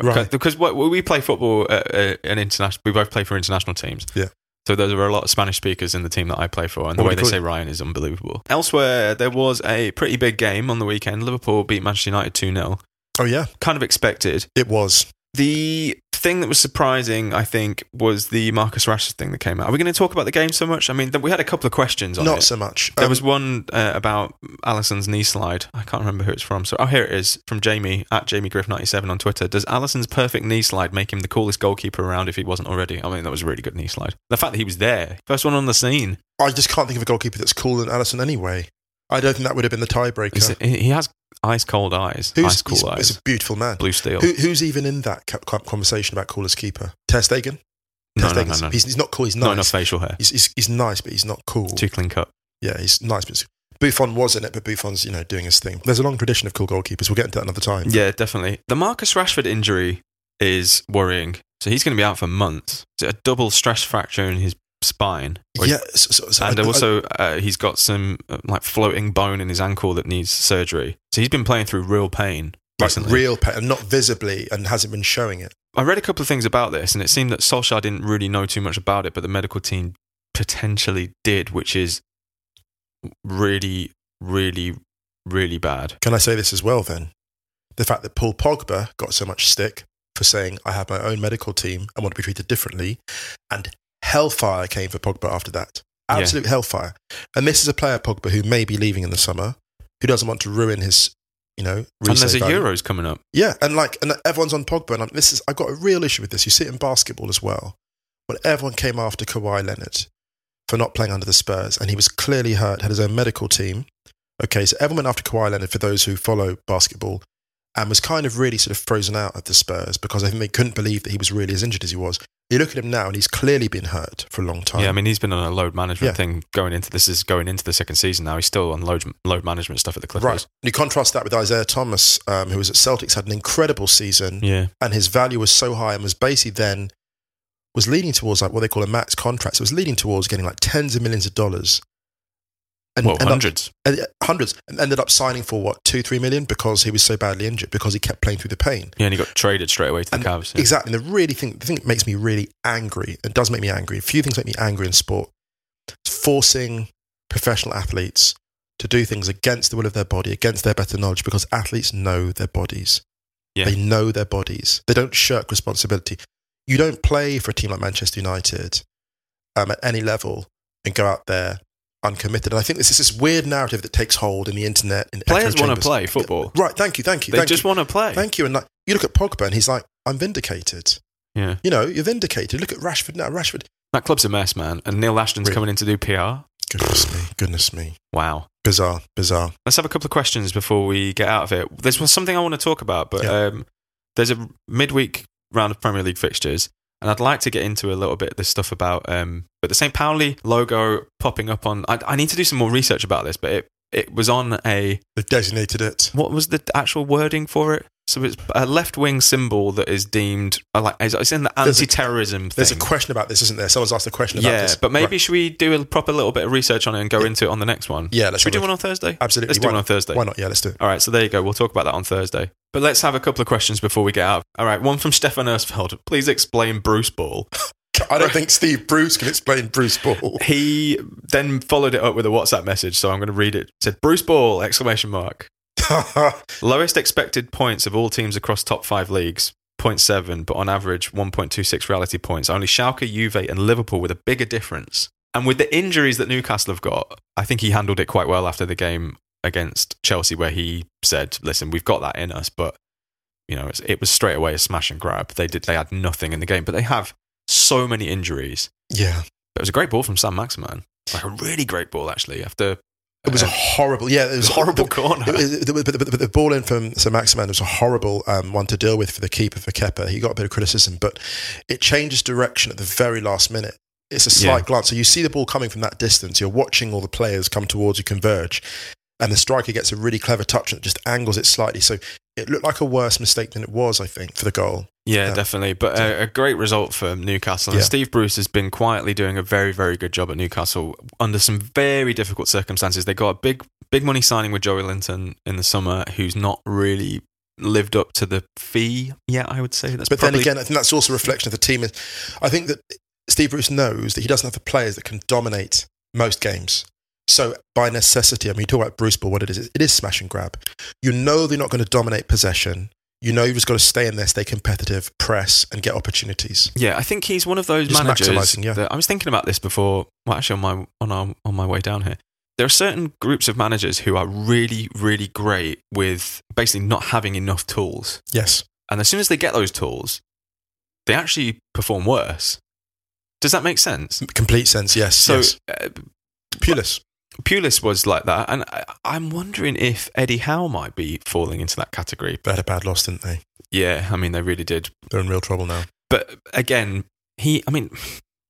Speaker 1: Right.
Speaker 2: Because what, we play football at, uh, an international. We both play for international teams.
Speaker 1: Yeah.
Speaker 2: So there were a lot of Spanish speakers in the team that I play for, and the
Speaker 1: What
Speaker 2: way
Speaker 1: would
Speaker 2: they
Speaker 1: you call
Speaker 2: say Ryan is unbelievable. Elsewhere, there was a pretty big game on the weekend. Liverpool beat Manchester United two 0
Speaker 1: Oh yeah,
Speaker 2: Kind of expected.
Speaker 1: it was.
Speaker 2: The thing that was surprising, I think, was the Marcus Rashford thing that came out. Are we going to talk about the game so much? I mean, th- we had a couple of questions on
Speaker 1: Not
Speaker 2: it.
Speaker 1: so much.
Speaker 2: there
Speaker 1: Um,
Speaker 2: was one uh, about Allison's knee slide. I can't remember who it's from. So, oh, here it is from Jamie at Jamie Griff ninety seven on Twitter. Does Allison's perfect knee slide make him the coolest goalkeeper around if he wasn't already? I mean, that was a really good knee slide. The fact that he was there, first one on the scene.
Speaker 1: I just can't think of a goalkeeper that's cooler than Allison anyway. I don't think that would have been the tiebreaker.
Speaker 2: He's- He he has ice cold eyes,
Speaker 1: Who's
Speaker 2: ice
Speaker 1: he's-
Speaker 2: cool
Speaker 1: It's
Speaker 2: eyes,
Speaker 1: a beautiful man.
Speaker 2: blue steel.
Speaker 1: Who, who's even in that co- co- conversation about coolest keeper? Ter Stegen. Ter
Speaker 2: no, no, no,
Speaker 1: Stegen's-
Speaker 2: no,
Speaker 1: He's, he's not cool. He's nice.
Speaker 2: not enough facial hair.
Speaker 1: He's, he's, he's nice, but he's not cool.
Speaker 2: Too clean cut.
Speaker 1: Yeah, he's nice, but Buffon was in it, but Buffon's you know doing his thing. There's a long tradition of cool goalkeepers. We'll get into that another time.
Speaker 2: Yeah, definitely. The Marcus Rashford injury is worrying. So he's going to be out for months. Is it a double stress fracture in his spine? Or-
Speaker 1: yeah. So, so, so
Speaker 2: And
Speaker 1: I- I-
Speaker 2: also, uh, he's got some uh, like floating bone in his ankle that needs surgery. So he's been playing through real pain
Speaker 1: like,
Speaker 2: recently.
Speaker 1: real pain, and not visibly, and hasn't been showing it.
Speaker 2: I read a couple of things about this, and it seemed that Solskjaer didn't really know too much about it, but the medical team potentially did, which is really, really, really bad.
Speaker 1: Can I say this as well? Then the fact that Paul Pogba got so much stick for saying I have my own medical team and want to be treated differently, and hellfire came for Pogba after that.
Speaker 2: Yeah.
Speaker 1: Absolute hellfire. And this is a player Pogba who may be leaving in the summer, who doesn't want to ruin his, you know,
Speaker 2: And there's
Speaker 1: resale
Speaker 2: a
Speaker 1: value.
Speaker 2: Euros coming up.
Speaker 1: Yeah, and like, and everyone's on Pogba, and I'm, this is I've got a real issue with this. You see it in basketball as well, when everyone came after Kawhi Leonard for not playing under the Spurs, and he was clearly hurt, had his own medical team. Okay, so everyone went after Kawhi Leonard for those who follow basketball, and was kind of really sort of frozen out at the Spurs because I think they couldn't believe that he was really as injured as he was. You look at him now, and he's clearly been hurt for a long time.
Speaker 2: Yeah, I mean, he's been on a load management
Speaker 1: Yeah.
Speaker 2: thing going into this is going into the second season now. He's still on load load management stuff at the Clippers.
Speaker 1: right. And you contrast that with Isaiah Thomas, um, who was at Celtics, had an incredible season.
Speaker 2: Mm-hmm. Yeah.
Speaker 1: and his value was so high and was basically then was leading towards like what they call a max contract. So it was leading towards getting like tens of millions of dollars. And
Speaker 2: well,
Speaker 1: ended up-
Speaker 2: hundreds.
Speaker 1: and, uh, hundreds. And ended up signing for what, two, three million because he was so badly injured, because he kept playing through the pain.
Speaker 2: Yeah, and he got traded straight away to the
Speaker 1: And-
Speaker 2: Cavs. Yeah.
Speaker 1: Exactly. And the really thing the thing that makes me really angry, it does make me angry. A few things make me angry in sport. It's forcing professional athletes to do things against the will of their body, against their better knowledge, because athletes know their bodies.
Speaker 2: Yeah.
Speaker 1: They know their bodies. They don't shirk responsibility. You don't play for a team like Manchester United um, at any level and go out there uncommitted. And I think this is this weird narrative that takes hold in the internet. In echo
Speaker 2: Players want to
Speaker 1: chambers.
Speaker 2: play football.
Speaker 1: Right. Thank you. Thank you.
Speaker 2: They
Speaker 1: thank
Speaker 2: just
Speaker 1: you.
Speaker 2: want to play.
Speaker 1: Thank you. And like, you look at Pogba and he's like, I'm vindicated.
Speaker 2: Yeah.
Speaker 1: You know, you're vindicated. Look at Rashford now. Rashford.
Speaker 2: That club's a mess, man. And Neil Ashton's
Speaker 1: Really?
Speaker 2: coming in to do PR.
Speaker 1: Goodness me. Goodness me.
Speaker 2: Wow.
Speaker 1: Bizarre. Bizarre.
Speaker 2: Let's have a couple of questions before we get out of it. There's one- something I want to talk about, but
Speaker 1: Yeah.
Speaker 2: um, there's a midweek round of Premier League fixtures, and I'd like to get into a little bit of this stuff about um, but the St. Pauli logo popping up on. I, I need to do some more research about this, but it it was on a
Speaker 1: They've designated it.
Speaker 2: what was the actual wording for it? So it's a left wing symbol that is deemed uh, like it's- it's in the
Speaker 1: There's a-
Speaker 2: anti-terrorism thing.
Speaker 1: There's a question about this, isn't there? Someone's asked a question about
Speaker 2: yeah,
Speaker 1: this.
Speaker 2: but maybe
Speaker 1: Right.
Speaker 2: should we do a proper little bit of research on it and go
Speaker 1: Yeah.
Speaker 2: into it on the next one?
Speaker 1: Yeah, let's
Speaker 2: should we
Speaker 1: have
Speaker 2: do
Speaker 1: a-
Speaker 2: one on Thursday?
Speaker 1: Absolutely.
Speaker 2: Let's do
Speaker 1: why,
Speaker 2: one on Thursday.
Speaker 1: why not? Yeah, let's do it.
Speaker 2: All right, so there you go. We'll talk about that on Thursday. But let's have a couple of questions before we get out. All right, one from Stefan Ersfeld. Please explain Bruce Ball.
Speaker 1: I don't think Steve Bruce can explain Bruce Ball. *laughs*
Speaker 2: He then followed it up with a WhatsApp message, so I'm going to read it. It said Bruce Ball exclamation mark. Lowest expected points of all teams across top 5 leagues. 0.7, but on average 1.26 reality points. Only Schalke, Juve and Liverpool with a bigger difference. And with the injuries that Newcastle have got, I think he handled it quite well after the game against Chelsea where he said, "Listen, we've got that in us, but you know, it's, it was straight away a smash and grab. They did they had nothing in the game, but they have so many injuries.
Speaker 1: yeah.
Speaker 2: But it was a great ball from Sam Maximan. Like a really great ball, actually. After
Speaker 1: It was a
Speaker 2: uh,
Speaker 1: horrible, yeah, it
Speaker 2: it
Speaker 1: was
Speaker 2: was a horrible
Speaker 1: The,
Speaker 2: corner.
Speaker 1: *laughs* it was- the- but, but- but the ball in from Sir Maximan was a horrible um, one to deal with for the keeper for Kepper. He got a bit of criticism, but it changes direction at the very last minute. It's a slight
Speaker 2: Yeah.
Speaker 1: glance. So you see the ball coming from that distance. You're watching all the players come towards you converge, and the striker gets a really clever touch and it just angles it slightly. So it looked like a worse mistake than it was, I think, for the goal.
Speaker 2: yeah,
Speaker 1: yeah.
Speaker 2: definitely. But a, a great result for Newcastle. And
Speaker 1: Yeah.
Speaker 2: Steve Bruce has been quietly doing a very, very good job at Newcastle under some very difficult circumstances. They got a big, big money signing with Joey Linton in the summer, who's not really lived up to the fee yet, I would say. That's
Speaker 1: But
Speaker 2: probably
Speaker 1: then again, I think that's also a reflection of the team. I think that Steve Bruce knows that he doesn't have the players that can dominate most games. So by necessity, I mean, you talk about Bruce Ball, what it is, it is smash and grab. You know they're not going to dominate possession. You know you've just got to stay in there, stay competitive, press, and get opportunities.
Speaker 2: Yeah, I think he's one of those
Speaker 1: Just
Speaker 2: managers.
Speaker 1: maximising, yeah.
Speaker 2: That, I was thinking about this before. Well, actually, on my on our, on my way down here, there are certain groups of managers who are really, really great with basically not having enough tools.
Speaker 1: Yes.
Speaker 2: And as soon as they get those tools, they actually perform worse. Does that make sense?
Speaker 1: Complete sense, yes.
Speaker 2: So
Speaker 1: yes.
Speaker 2: uh,
Speaker 1: Pulis.
Speaker 2: Pulis was like that, and I, I'm wondering if Eddie Howe might be falling into that category.
Speaker 1: They had a bad loss, didn't they?
Speaker 2: Yeah, I mean, they really did
Speaker 1: They're in real trouble now.
Speaker 2: But again, he, I mean, *sighs*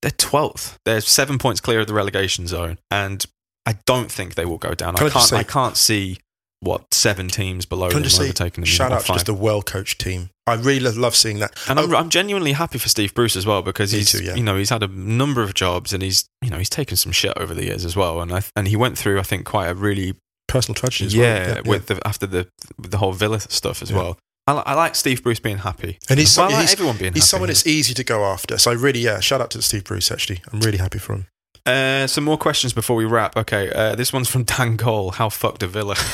Speaker 2: they're 12th. They're seven points clear of the relegation zone. And I don't think they will go down.
Speaker 1: Can I
Speaker 2: I can't,
Speaker 1: just say-
Speaker 2: I can't see what seven teams below
Speaker 1: Can I
Speaker 2: them
Speaker 1: just say,
Speaker 2: overtaking them.
Speaker 1: Shout
Speaker 2: or
Speaker 1: out to just
Speaker 2: five.
Speaker 1: the well coached team. I really love- love seeing that.
Speaker 2: and I'm, I'm genuinely happy for Steve Bruce as well because
Speaker 1: Me
Speaker 2: he's,
Speaker 1: too, yeah.
Speaker 2: you know, he's had a number of jobs and he's, you know, he's taken some shit over the years as well. And I, and he went through, I think, quite a really
Speaker 1: Personal tragedy as
Speaker 2: yeah,
Speaker 1: well.
Speaker 2: with the after the with the whole Villa stuff as
Speaker 1: Yeah.
Speaker 2: well. I, li- I like Steve Bruce being happy.
Speaker 1: And he's,
Speaker 2: Well, I like
Speaker 1: he's,
Speaker 2: everyone being
Speaker 1: He's
Speaker 2: happy.
Speaker 1: someone it's easy to go after. So I really, yeah, shout out to Steve Bruce, actually. I'm really happy for him.
Speaker 2: Uh, some more questions before we wrap. Okay, uh, this one's from Dan Cole. How fucked are Villa? *laughs*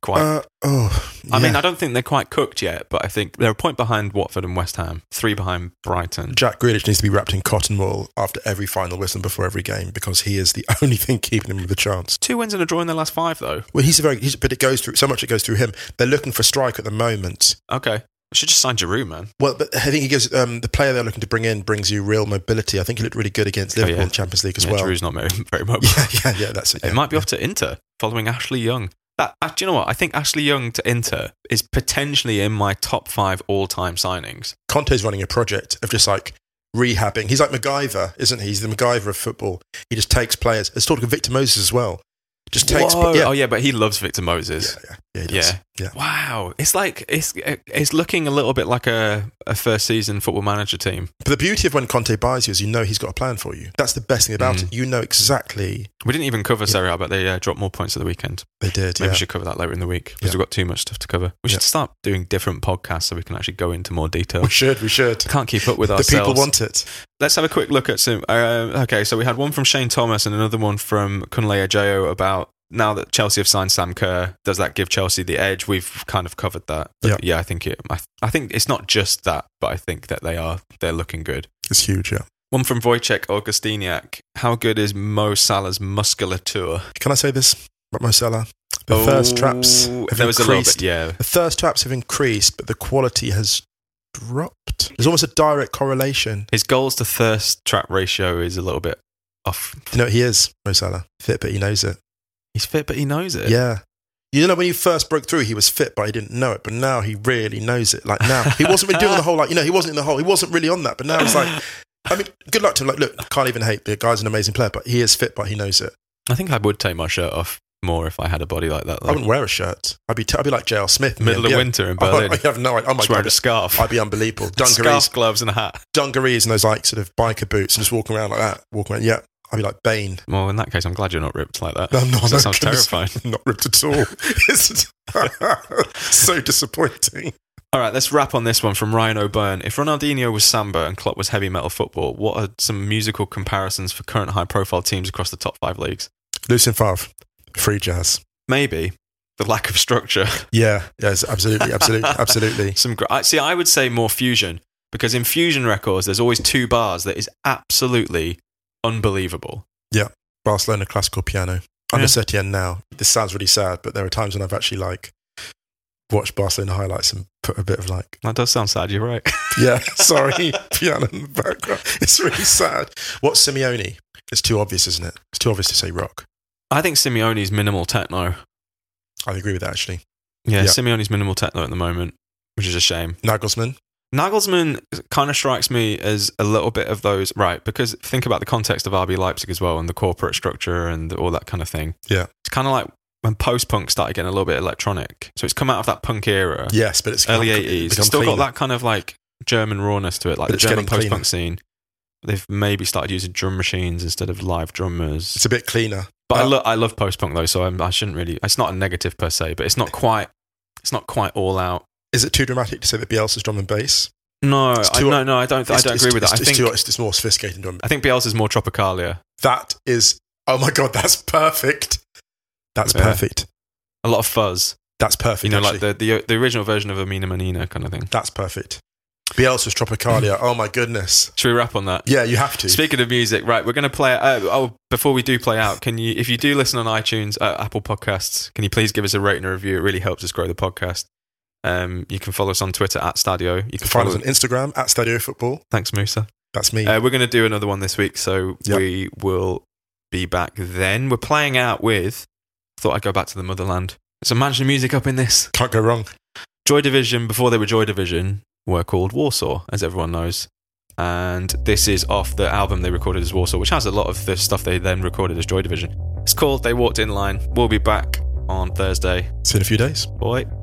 Speaker 2: quite.
Speaker 1: Uh, oh,
Speaker 2: I mean,
Speaker 1: yeah.
Speaker 2: I don't think they're quite cooked yet, but I think they're a point behind Watford and West Ham, three behind Brighton.
Speaker 1: Jack Grealish needs to be wrapped in cotton wool after every final whistle and before every game because he is the *laughs* only thing keeping him with a chance.
Speaker 2: Two wins and a draw in their last five, though.
Speaker 1: Well, he's a very, he's, but it goes through so much. It goes through him. They're looking for a strike at the moment.
Speaker 2: Okay, I should just sign Giroud, man.
Speaker 1: Well, but I think he gives um, the player they're looking to bring in brings you real mobility. I think he looked really good against Liverpool
Speaker 2: Oh, yeah.
Speaker 1: in Champions League as
Speaker 2: Yeah,
Speaker 1: well.
Speaker 2: Giroud's not very, *laughs* very mobile.
Speaker 1: *laughs* Yeah, yeah, yeah. That's it.
Speaker 2: It
Speaker 1: yeah.
Speaker 2: might be off to Inter following Ashley Young. That, uh, do you know what? I think Ashley Young to Inter is potentially in my top five all-time signings.
Speaker 1: Conte's running a project of just like rehabbing. He's like MacGyver, isn't he? He's the MacGyver of football. He just takes players. It's talking of Victor Moses as well. Just takes.
Speaker 2: Whoa.
Speaker 1: Yeah,
Speaker 2: Oh yeah, but he loves Victor Moses.
Speaker 1: yeah, yeah, yeah, he does.
Speaker 2: Yeah.
Speaker 1: yeah.
Speaker 2: Wow, it's like it's it's looking a little bit like a, a first season football manager team,
Speaker 1: But the beauty of when Conte buys you is you know he's got a plan for you. That's the best thing about
Speaker 2: Mhm.
Speaker 1: it. You know exactly
Speaker 2: We didn't even cover Serie A, but they uh, dropped more points at the weekend.
Speaker 1: they did.
Speaker 2: Maybe
Speaker 1: Yeah.
Speaker 2: we should cover that later in the week because
Speaker 1: Yeah.
Speaker 2: we've got too much stuff to cover. We should
Speaker 1: Yeah.
Speaker 2: start doing different podcasts so we can actually go into more detail.
Speaker 1: We should. We should.
Speaker 2: I can't keep up with
Speaker 1: The
Speaker 2: ourselves.
Speaker 1: people want it.
Speaker 2: Let's have a quick look at some. Uh, okay, so we had one from Shane Thomas and another one from Kunle Ajayo about now that Chelsea have signed Sam Kerr, does that give Chelsea the edge? We've kind of covered that. But
Speaker 1: Yeah.
Speaker 2: yeah, I think it. I, I think it's not just that, but I think that they are they're looking good.
Speaker 1: It's huge, yeah.
Speaker 2: One from Wojciech Augustiniak. How good is Mo Salah's musculature?
Speaker 1: Can I say this about Mo Salah? The thirst traps
Speaker 2: Oh,
Speaker 1: have
Speaker 2: There was a little
Speaker 1: increased.
Speaker 2: bit, yeah.
Speaker 1: The thirst traps have increased, but the quality has dropped. There's almost a direct correlation.
Speaker 2: His goals to thirst trap ratio is a little bit off.
Speaker 1: You know, what he is Mo Salah fit, but he knows it.
Speaker 2: He's fit, but he knows it.
Speaker 1: Yeah. You know, when he first broke through, he was fit, but he didn't know it. But now he really knows it. Like now, he wasn't really doing the whole, like, you know, he wasn't in the whole, he wasn't really on that. But now it's like, I mean, good luck to him. Like, look, can't even hate the guy's an amazing player, but he is fit, but he knows it.
Speaker 2: I think I would take my shirt off more if I had a body like that.
Speaker 1: I
Speaker 2: Though.
Speaker 1: wouldn't wear a shirt. I'd be, t- I'd be like J.L. Smith. in the
Speaker 2: Middle of
Speaker 1: NBA.
Speaker 2: winter in
Speaker 1: I,
Speaker 2: Berlin.
Speaker 1: I have no idea. *laughs* Oh my
Speaker 2: just wearing
Speaker 1: God.
Speaker 2: a scarf.
Speaker 1: I'd be unbelievable. Dungarees,
Speaker 2: *laughs* Scarf, gloves, and a hat.
Speaker 1: dungarees, and those like sort of biker boots, and just walking around like that. Walking around, yeah. I'd be like Bane. *laughs*
Speaker 2: Well, in that case, I'm glad you're not ripped like that. *laughs*
Speaker 1: No, I'm not. *laughs*
Speaker 2: that sounds
Speaker 1: Goodness.
Speaker 2: terrifying.
Speaker 1: Not ripped at all. *laughs* It's- so disappointing.
Speaker 2: All right, let's wrap on this one from Ryan O'Byrne. If Ronaldinho was samba and Klopp was heavy metal football, what are some musical comparisons for current high-profile teams across the top five leagues?
Speaker 1: Lucien Favre, free jazz.
Speaker 2: Maybe the lack
Speaker 1: *laughs*
Speaker 2: of structure. *laughs*
Speaker 1: Yeah, yes, absolutely, *laughs* absolutely, absolutely.
Speaker 2: Some gr- I, see, I would say more fusion because in fusion records, there's always two bars that is absolutely unbelievable.
Speaker 1: Barcelona classical piano. Under Setien now. This sounds really sad, but there are times when I've actually like watched Barcelona highlights and put a bit of like,
Speaker 2: That does sound sad. You're right. *laughs*
Speaker 1: yeah, *laughs* sorry, piano in the background. It's really sad. What's Simeone? It's too obvious, isn't it? It's too obvious to say rock.
Speaker 2: I think Simeone's minimal techno.
Speaker 1: I agree with that actually.
Speaker 2: Yeah,
Speaker 1: Yeah.
Speaker 2: Simeone's minimal techno at the moment, which is a shame.
Speaker 1: Nagelsmann,
Speaker 2: Nagelsmann kind of strikes me as a little bit of those, right? Because think about the context of RB Leipzig as well and the corporate structure and all that kind of thing.
Speaker 1: Yeah.
Speaker 2: It's kind of like when post punk started getting a little bit electronic. So it's come out of that punk era,
Speaker 1: yes, but it's
Speaker 2: early
Speaker 1: become-
Speaker 2: 80s.
Speaker 1: become
Speaker 2: It's still
Speaker 1: cleaner.
Speaker 2: got that kind of like German rawness to it,
Speaker 1: But
Speaker 2: like the
Speaker 1: it's
Speaker 2: German
Speaker 1: getting
Speaker 2: post punk scene. They've maybe started using drum machines instead of live drummers.
Speaker 1: It's a bit cleaner.
Speaker 2: But I,
Speaker 1: Uh,
Speaker 2: lo- I love post punk though, so I'm, I shouldn't really. It's not a negative per se, but it's not quite. It's not quite all out.
Speaker 1: Is it too dramatic to say that Bielsa's drum and bass?
Speaker 2: No,
Speaker 1: It's
Speaker 2: I,
Speaker 1: too-
Speaker 2: no, no. I don't. I
Speaker 1: It's-
Speaker 2: don't
Speaker 1: it's-
Speaker 2: agree with that.
Speaker 1: it's-
Speaker 2: I
Speaker 1: it's
Speaker 2: think
Speaker 1: too- it's, it's more sophisticated than drum.
Speaker 2: I think Bielsa's more tropicalia.
Speaker 1: That is, oh my god, that's perfect. That's
Speaker 2: Yeah.
Speaker 1: perfect.
Speaker 2: A lot of fuzz.
Speaker 1: That's perfect.
Speaker 2: You know,
Speaker 1: actually.
Speaker 2: like the, the the original version of Amina Manina kind of thing.
Speaker 1: That's perfect. Bielsa's Tropicalia. oh my goodness.
Speaker 2: Should we wrap on that?
Speaker 1: Yeah, you have to.
Speaker 2: Speaking of music, right, we're going to play. Uh, oh, before we do play out, can you, if you do listen on iTunes, uh, Apple Podcasts, can you please give us a rating and a review? It really helps us grow the podcast. Um, you can follow us on Twitter at Stadio. You
Speaker 1: you
Speaker 2: can
Speaker 1: can find us
Speaker 2: follow.
Speaker 1: on Instagram at Stadio Football.
Speaker 2: Thanks, Musa.
Speaker 1: That's me.
Speaker 2: Uh, we're going to do another one this week, so
Speaker 1: Yep.
Speaker 2: we will be back then. We're playing out with. Thought I'd go back to the motherland. Some Manchester music up in this.
Speaker 1: Can't go wrong.
Speaker 2: Joy Division, before they were Joy Division, were called Warsaw, as everyone knows. And this is off the album they recorded as Warsaw, which has a lot of the stuff they then recorded as Joy Division. It's called They Walked In Line. We'll be back on Thursday.
Speaker 1: See you in a few days.
Speaker 2: Bye.